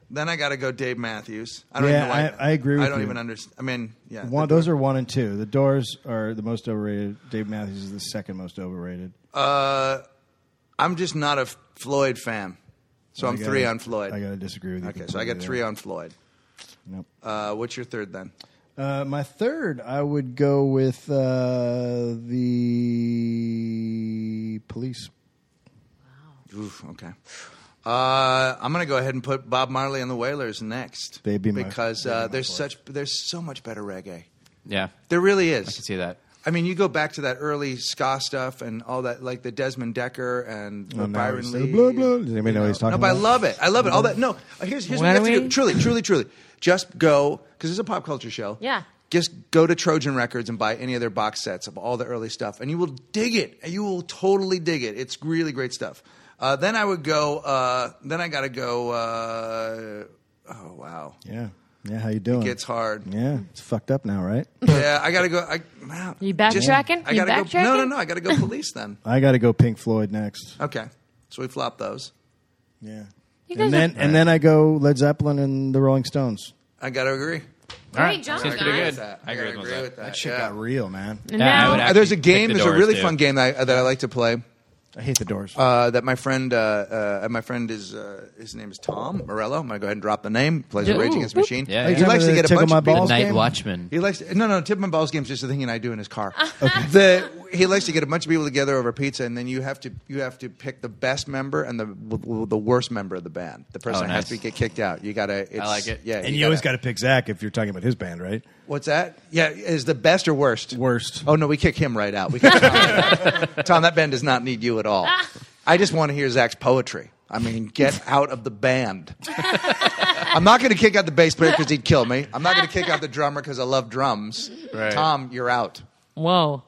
Then I got to go Dave Matthews. I don't Yeah, even like. I- I agree I with don't you. even understand. I mean, yeah. the One, those are one and two. The Doors are the most overrated. Dave Matthews is the second most overrated. I'm just not a Floyd fan, so I'm I three gotta- on Floyd. I gotta disagree with you. okay, so I got completely three there. on Floyd. Nope. Uh, what's your third then? Uh, my third, I would go with uh, the police. Oof, okay. Uh, I'm gonna go ahead and put Bob Marley and the Wailers next. They'd be my- because uh, there's such there's so much better reggae. Yeah. There really is. I can see that. I mean, you go back to that early ska stuff and all that, like the Desmond Decker and the Oh, now Byron he's- Lee. blah, blah. Does anybody know what he's talking no, but I about? love it. I love it. All that. No, here's here's what you Why have don't to do. we- Truly, truly, truly, just go because it's a pop culture show. Yeah. Just go to Trojan Records and buy any of their box sets of all the early stuff, and you will dig it. You will totally dig it. It's really great stuff. Uh, then I would go. Uh, then I got to go. Uh, oh wow, Yeah. Yeah. How you doing? gets hard. Yeah. It's fucked up now, right? Yeah, I gotta go. I, wow. You backtracking? I You gotta go. No, no, backtracking? no. I gotta go police then. I got to go Pink Floyd next. Okay, so we flop those. Yeah. guys And then and then I go Led Zeppelin and the Rolling Stones. I gotta agree. Great job, Seems pretty guys. good. That. I agree with that. that. Shit yeah. got real, man. And Yeah, I now, would Uh, there's a Actually, game. pick the There's a Doors, really dude. fun game that I, that I like to play. I hate the Doors. Uh, that my friend, uh, uh, my friend is uh, his name is Tom Morello. I'm gonna go ahead and drop the name. Plays with Yeah, Rage ooh, Against the Machine. Yeah, Are you yeah. He talking likes to about get a the bunch Tickle My of people. Balls Night game? Watchman. He likes no, no. Tip and balls game's just a thing he and I do in his car. the, he likes to get a bunch of people together over pizza, and then you have to you have to pick the best member and the w- w- the worst member of the band. The person Oh, that has nice. to get kicked out. You gotta. It's, like it. Yeah, and you always got gotta- to pick Zach if you're talking about his band, right? What's that? Yeah, is the best or worst? Worst. Oh no, we kick him right out. We kick Tom, out. Tom, that band does not need you at all. I just want to hear Zach's poetry. I mean, get out of the band. I'm not going to kick out the bass player because he'd kill me. I'm not going to kick out the drummer because I love drums. Right. Tom, you're out. whoa.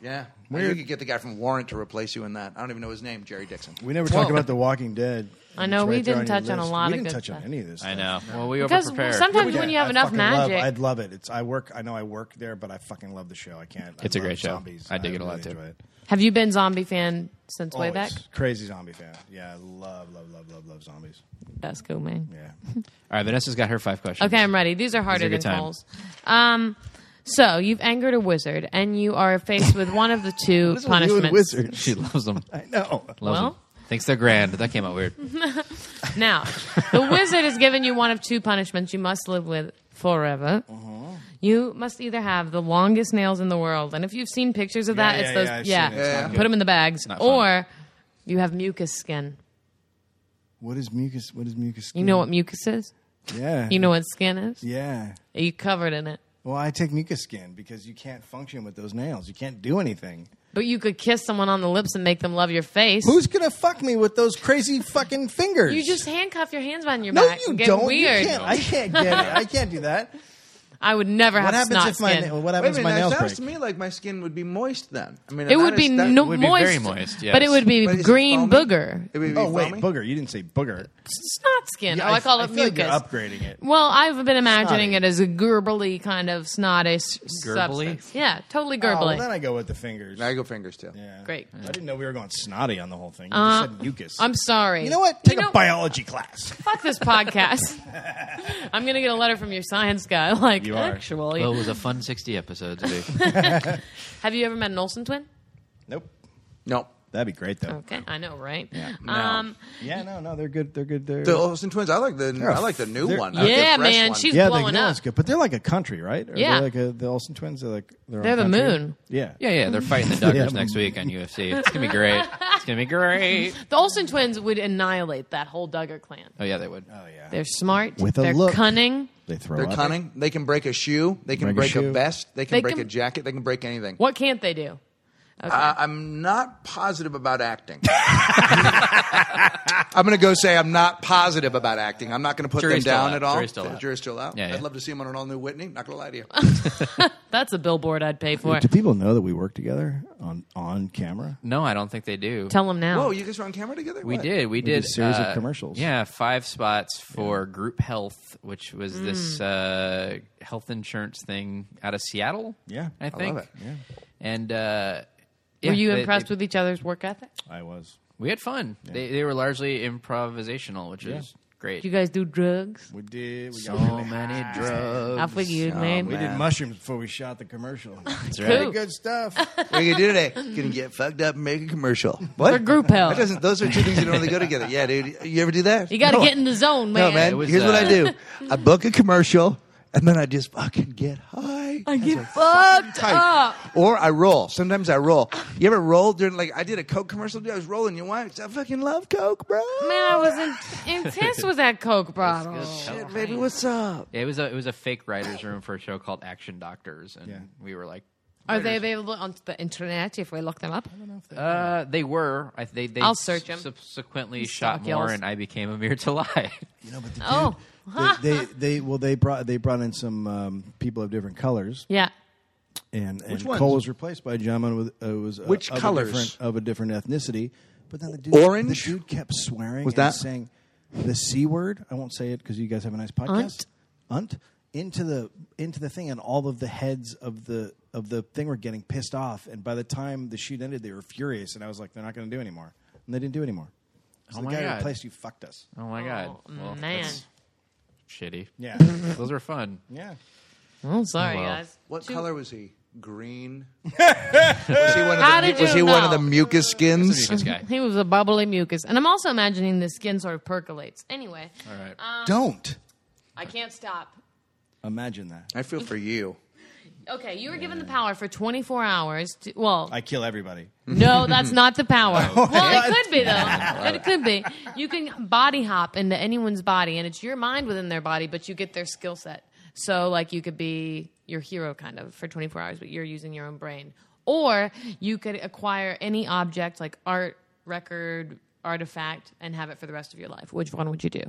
Yeah. You could get the guy from Warrant to replace you in that. I don't even know his name, Jerry Dixon. We never talked about The Walking Dead. I know, It's we there didn't your touch on a list. lot of We didn't good touch on stuff. any of this. I stuff. know. Well, we Because overprepared. sometimes when you have I enough fucking love- magic, I'd love it. It's I work. I know I work there, but I fucking love the show. I can't. I It's a love great show. Zombies. I dig it a lot, really too. enjoy it. have you been zombie fan since way Always. back? Crazy zombie fan. Yeah, I love, love, love, love, love zombies. That's cool, man. Yeah. All right, Vanessa's got her five questions. Okay, I'm ready. These are harder a good than time. Cole's. Um, so you've angered a wizard, and you are faced with one of the two What's with you and punishments. wizards? She loves them. I know. Loves Well? them. Thinks they're grand. That came out weird. Now, the wizard has given you one of two punishments you must live with forever. Uh-huh. You must either have the longest nails in the world, and if you've seen pictures of Yeah, that, yeah, it's those. yeah, I've Yeah, seen it. It's not put them in the bags, not fun. or you have mucus skin. What is mucus? What is mucus? Skin? You know what mucus is? Yeah. You know what skin is? Mm. Yeah. Are you covered in it? Well, I take mucus skin because you can't function with those nails. You can't do anything. But you could kiss someone on the lips and make them love your face. Who's gonna fuck me with those crazy fucking fingers? you just handcuff your hands behind your no, back. you and get don't. Weird. You can't. I can't get it. I can't do that. I would never What have happens snot if my skin. what Wait a happens if minute. now, my nails it break? sounds to me like my skin would be moist then. I mean, it that would is- be that no, would be moist, very moist, yes. but it would be but is it green foamy? booger, It would be Oh wait, foamy? booger. You didn't say booger. snot skin. Yeah, oh, I, call I it feel like mucus. you're upgrading it. Well, I've been imagining Snotty. it as a gerbily kind of snottish substance. Yeah, totally Oh, well, gerbily. then I go with the fingers. I go fingers too. Yeah. Great. Uh, I didn't know we were going snotty on the whole thing. You just said mucus. I'm sorry. You know what? Take know- a biology class. Fuck this podcast. I'm gonna get a letter from your science guy. Like, You are. actually, Well, it was a fun 60 episodes. dude. have you ever met an Olsen twin? Nope. No. That'd be great though. Okay, I know, right? Yeah. No. Um, Yeah, no, no, they're good. They're good. They're The Olsen twins. I like the I like the new they're- one. I like the yeah, fresh man, one. she's yeah, the blowing new up. one's good, but they're like a country, right? Or Yeah. they're like a, the Olsen twins. They're like their own They're the country? moon. Yeah, yeah, yeah. They're fighting the Duggars Yeah. next week on UFC. It's going to be great. It's going to be great. The Olsen twins would annihilate that whole Duggar clan. Oh, yeah, they would. Oh yeah, They're smart. With a they're look. cunning. they throw. They're up. cunning. They can break a shoe. They can Break break a a, shoe. vest. They can They break can- a jacket. They can break anything. What can't they do? Uh, I'm not positive about acting. I'm going to go say I'm not positive about acting. I'm not going to put Jury's them still down out. at all. Jury's still The out. Jury's still out. Yeah, yeah. I'd love to see them on an all new Whitney. Not going to lie to you. That's a billboard I'd pay for. Do people know that we work together on on camera? No, I don't think they do. Tell them now. Whoa, you guys were on camera together? We What? did. We did a series of uh, commercials. Yeah, five spots for group health, which was Mm. this uh, health insurance thing out of Seattle. Yeah. I I think. it. Yeah, and uh, yeah, Were you they- impressed they- with each other's work ethic? I was. We had fun. They they were largely improvisational, which is Great. You guys do drugs? We did. We so got really many high. drugs. I figured, Oh, man. We did Man. mushrooms before we shot the commercial. That's right. Pretty good stuff. We can do today. Gonna get fucked up and make a commercial. What? For group health. That doesn't, those are two things that don't really go together. Yeah, dude. You ever do that? You got to No. get in the zone, man. No, man. It was, Here's what I uh, do. I book a commercial and then I just fucking get high. I get fucked up. Or I roll. Sometimes I roll. You ever roll during like I did a Coke commercial? Dude, I was rolling. You know why? 'Cause I fucking love Coke, bro. Man, I was in, intense with that Coke bottle. Shit, baby, what's up? It was a it was a fake writers' room for a show called Action Doctors, and we were like, Are they available on the internet if we look them up? uh, they were. I, they, they I'll search 'em. Subsequently, shot Stock more, y'all's. and I became a mere to lie. You know, but the Oh. dude- they, they they well they brought they brought in some um, people of different colors Yeah. and, and Which ones? Cole was replaced by a gentleman with uh, was uh, Which of a colors? different- of a different ethnicity. But then the dude Orange? the dude kept swearing Was and that- saying the c word. I won't say it because you guys have a nice podcast. Unt into the into the thing, and all of the heads of the of the thing were getting pissed off. And by the time the shoot ended, they were furious. And I was like, they're not going to do anymore, and they didn't do anymore. So Oh the my guy who God. replaced you fucked us. Oh my god! Oh, Well, man. that's shitty. Yeah, Those are fun. yeah. Oh, sorry, well. guys. What Two- color was he? Green. was he one of the, How did was you he one of know? the mucus Look skins? at This guy. He was a bubbly mucus. And I'm also imagining the skin sort of percolates. Anyway, All right. Um, Don't I can't stop. imagine that. I feel for you. Okay, you were given the power for 24 hours. To, well, I kill everybody. no, that's not the power. well, it could be, though. It could be. You can body hop into anyone's body, and it's your mind within their body, but you get their skill set. So, like, you could be your hero kind of for 24 hours, but you're using your own brain. Or you could acquire any object, like art, record, artifact, and have it for the rest of your life. Which one would you do?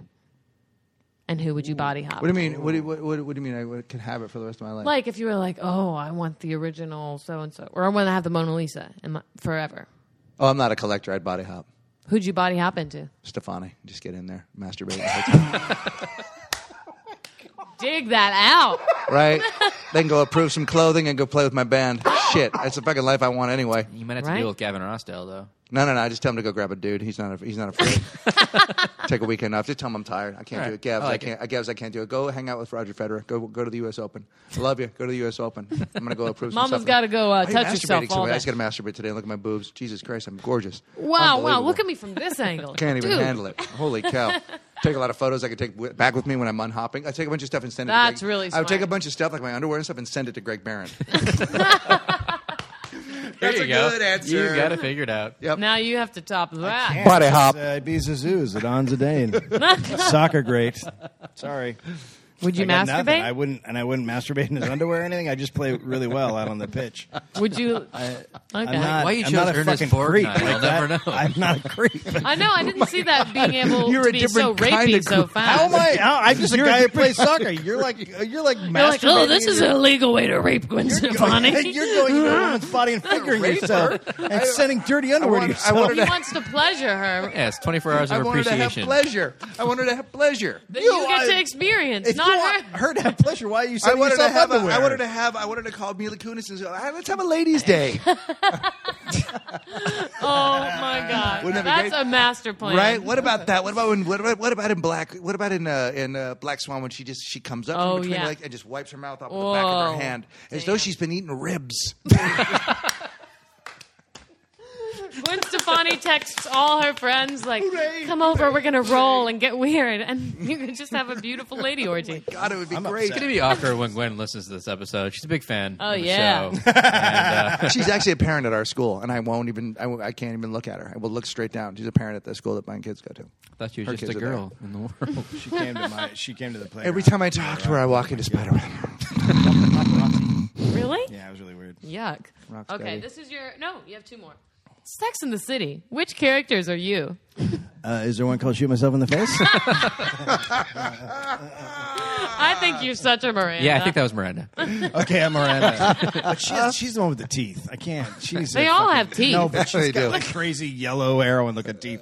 And who would you body hop? What do you mean? What do you, what, what, what do you mean? I would- could have it for the rest of my life. Like if you were like, oh, I want the original so and so, or I want to have the Mona Lisa in my, forever. oh, I'm not a collector. I'd body hop. Who'd you body hop into? Stefani, just get in there, masturbate, Dig that out. right? Then go approve some clothing and go play with my band. Shit, that's the fucking life I want anyway. You might have to Right? deal with Gavin Rossdale though. No, no, no. I just tell him to go grab a dude. He's not. A, he's not afraid. Take a weekend off. Just tell him I'm tired. I can't All do it. right. Gavs, I I, like can't. I Gavs, I can't do it. Go hang out with Roger Federer. Go go to the U.S. Open. I love you. Go to the U.S. Open. I'm gonna go approve. some Mama's stuff. gotta go, uh, Why are you touch masturbating herself so all bad? I day. just gotta masturbate today. and Look at my boobs. Jesus Christ, I'm gorgeous. Wow, wow. Unbelievable. Look at me from this angle. Can't even Dude, handle it. Holy cow. Take a lot of photos I could take wi- back with me when I'm unhopping. I take a bunch of stuff and send it That's to Greg. really I would take smart. a bunch of stuff like my underwear and stuff and send it to Greg Barron. That's a good answer. You got it figured out. Now you have to top that. Body hop. It's, All Uh, Ibiza Zoo is at On's a day and soccer great. Sorry. Would you I got nothing. I masturbate? wouldn't, and I wouldn't masturbate in his underwear or anything. I just play really well out on the pitch. Would you? okay. I'm not, Why you I'm not chose a Ernest fucking Borgnine? creep. I'll like never that. know. I'm not a creep. I know. I didn't see that being able You're to a be so different kind rapey of so group. fast. How am I? How, I'm just a guy who plays soccer. You're like you're like masturbating. Like, oh, this in is your- an illegal way to rape Gwen Stefani. You're going to a woman's body and fingering rape yourself and sending dirty I underwear to want- I yourself. wanted He wants to pleasure her. Yes, 24 hours I of wanted to have appreciation. pleasure. I wanted to have pleasure. That You you, get to are- experience, if you not want her. her to have pleasure, why are you I sending wanted, to yourself have a, underwear? I wanted to have. I wanted to call Mila Kunis and say, "All right, "Let's have a ladies' day." Oh my god, Wouldn't that that's be great? a master plan, right? What about that? What about when? What about, what about in Black? What about in uh, in uh, Black Swan when she just she comes up Oh, from between yeah. her legs and just wipes her mouth off with the back of Whoa. her hand as though she's been eating ribs. Gwen Stefani texts all her friends like, "Come over, we're gonna roll and get weird, and you can just have a beautiful lady orgy." God, it would be great. It's gonna be awkward when Gwen listens to this episode. She's a big fan. Oh, of the yeah. show. And, uh, She's actually a parent at our school, and I won't even. I, won't- I can't even look at her. I will look straight down. She's a parent at the school that my kids go to. thought she Her was just kids a are there. girl in the world. she came to my. She came to the playground. Every time I talk to her, I walk into Spider Man. Really? Yeah, it was really weird. Yuck. Rocksteady. okay, this is your no. You have two more. Sex in the City. Which characters are you? Uh, is there one called "Shoot Myself in the Face"? I think you're such a Miranda. Yeah, I think that was Miranda. Okay, I'm Miranda. but she's, she's the one with the teeth. I can't. She's They a all fucking- have teeth. No, but she's They got do. like crazy yellow heroin looking teeth.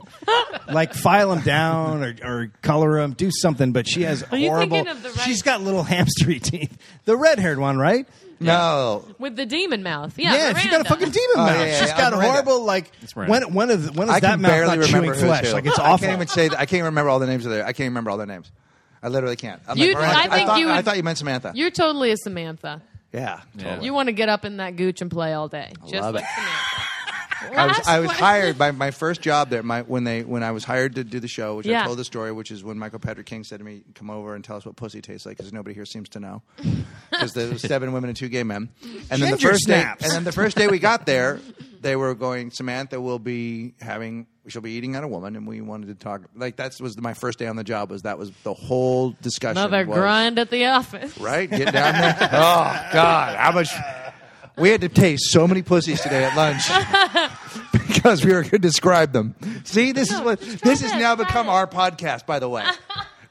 like file them down or, or color them, do something. But she has you horrible. thinking of the right- She's got little hamstery teeth. The red haired one, right? No. with the demon mouth. Yeah, yeah, she's got a Miranda. fucking demon Oh, mouth. yeah, yeah, she's yeah, got a Miranda. horrible like. Miranda. When when is when is I that can mouth barely not remember chewing who flesh? too. Like it's I awful. can't even say that. I can't remember all the names of there. I can't remember all their names. I literally can't. I'm You- like, Miranda, I think thought, you would- I thought you meant Samantha. You're totally a Samantha. yeah. Totally. You want to get up in that gooch and play all day, just love like it. Samantha. I was, Last I was question. hired by my first job there. My when they when I was hired to do the show, which Yeah. I told the story, which is when Michael Patrick King said to me, "Come over and tell us what pussy tastes like," because nobody here seems to know. Because there was seven women and two gay men, and then the Ginger first snaps. day, and then the first day we got there, they were going. Samantha will be having. She'll be eating on a woman, and we wanted to talk. Like that was my first day on the job. Was that was the whole discussion? Another was- grind at the office. right? Get down there. oh God, how much? We had to taste so many pussies today at lunch because we were going to describe them. See, this is what try this has this, now try become it. our podcast. By the way,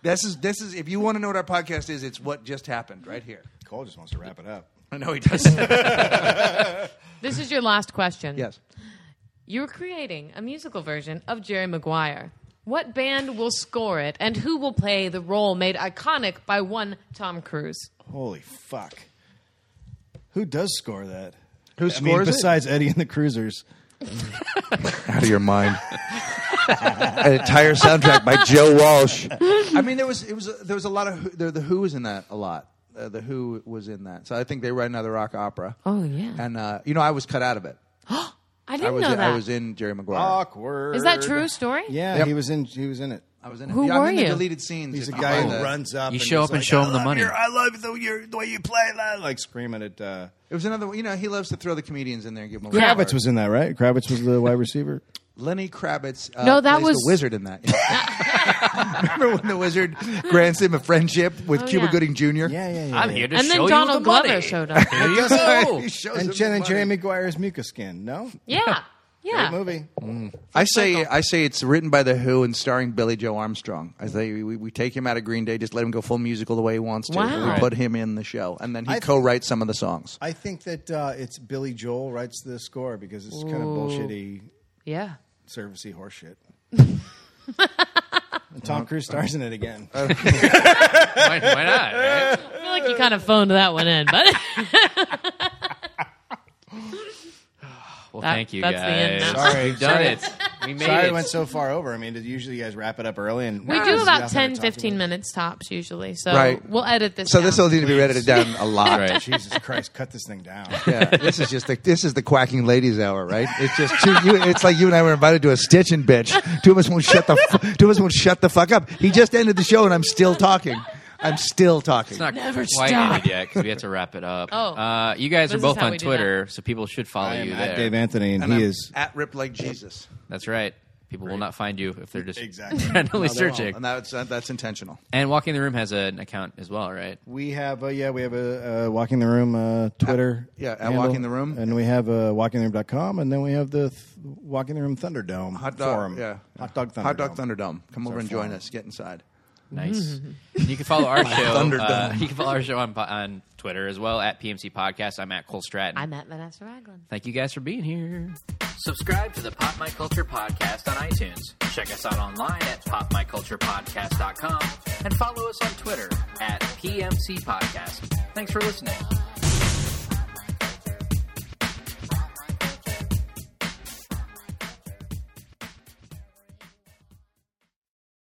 this is this is if you want to know what our podcast is, it's what just happened right here. Cole just wants to wrap it up. I know he does. This is your last question. yes. You're creating a musical version of Jerry Maguire. What band will score it, and who will play the role made iconic by one Tom Cruise? Holy fuck! Who does score that? Who I mean, scores it? besides Eddie and the Cruisers? Out of your mind. An entire soundtrack by Joe Walsh. I mean, there was it was there was a lot of Who- there, the Who was in that a lot. Uh, the Who was in that, so I think they write another rock opera. Oh, yeah. and uh, you know I was cut out of it. I didn't I was know that. I was in Jerry Maguire. Awkward. Is that true story? Yeah, Yep. he was in. He was in it. I was in. Who it. Yeah, I'm were in you? The deleted scenes. He's a if you buy guy who the- runs up. You and show up he's and like, show "I him the love money." your- I love the, your, the way you play, la-" like screaming at. Uh, It was another. You know, he loves to throw the comedians in there and give them. Yeah. A Kravitz was in that, right? Kravitz was the wide receiver. Lenny Kravitz. Uh, No, that plays was- the wizard in that. Remember when the wizard grants him a friendship with Oh, Cuba yeah. Gooding Jr. Yeah, yeah, yeah. I'm here to And show then you Donald the Glover money. showed up. There you go. He shows him Oh, And the Jen and Jerry money. Maguire's Mucus Skin. No, Yeah. Yeah. Great movie. I say, I say it's written by the Who and starring Billy Joe Armstrong. I say we, we take him out of Green Day, just let him go full musical the way he wants to. but Wow. We put him in the show, and then he I- co-writes some of the songs. I think that uh, it's Billy Joel writes the score because it's kind of Ooh. bullshitty, Yeah. servicey horseshit. and Tom Cruise stars in it again. Why, why not? right? I feel like you kind of phoned that one in, but Well, That- thank you that's guys. the end now. Sorry. We've done Sorry. it. We made Sorry, I it. went so far over. I mean, usually you guys wrap it up early, and we Wow, do there's about nothing 10, to talk 15 about. minutes tops usually. So Right. we'll edit this. So this down. will need to be edited down a lot. Right. Jesus Christ, cut this thing down. Yeah, this is just the this is the quacking ladies hour, right? It's just two, you, it's like you and I were invited to a stitching bitch. Two of us won't shut the fu- two of us won't shut the fuck up. He just ended the show and I'm still talking. I'm still talking. It's not Never quite stop. ended yet because we had to wrap it up. Oh. uh, you guys This are both is how on we do Twitter, so people should follow I am you at there. Dave Anthony, and, And he I'm is at rip like Jesus. That's right. People will not find you if they're just Exactly. randomly No, they won't. searching. And that's uh, that's intentional. And Walking the Room has an account as well, right? We have uh, yeah, we have a uh, walking the room uh, Twitter. At- yeah, at Walking the Room. and we have uh, walkingtheroom.com, and then we have the th- walking the room Thunderdome Hot dog, forum. yeah. hot dog Thunderdome. Hot Dog Thunderdome. Come over our and join forum. us. Get inside. Nice. Mm-hmm. you can follow our show. Uh, Thunderdome. you can follow our show on po- on Twitter as well at PMC Podcast. I'm at Cole Stratton. I'm at Vanessa Ragland. Thank you guys for being here. Subscribe to the Pop My Culture Podcast on iTunes. Check us out online at popmyculturepodcast.com and follow us on Twitter at PMC Podcast. Thanks for listening.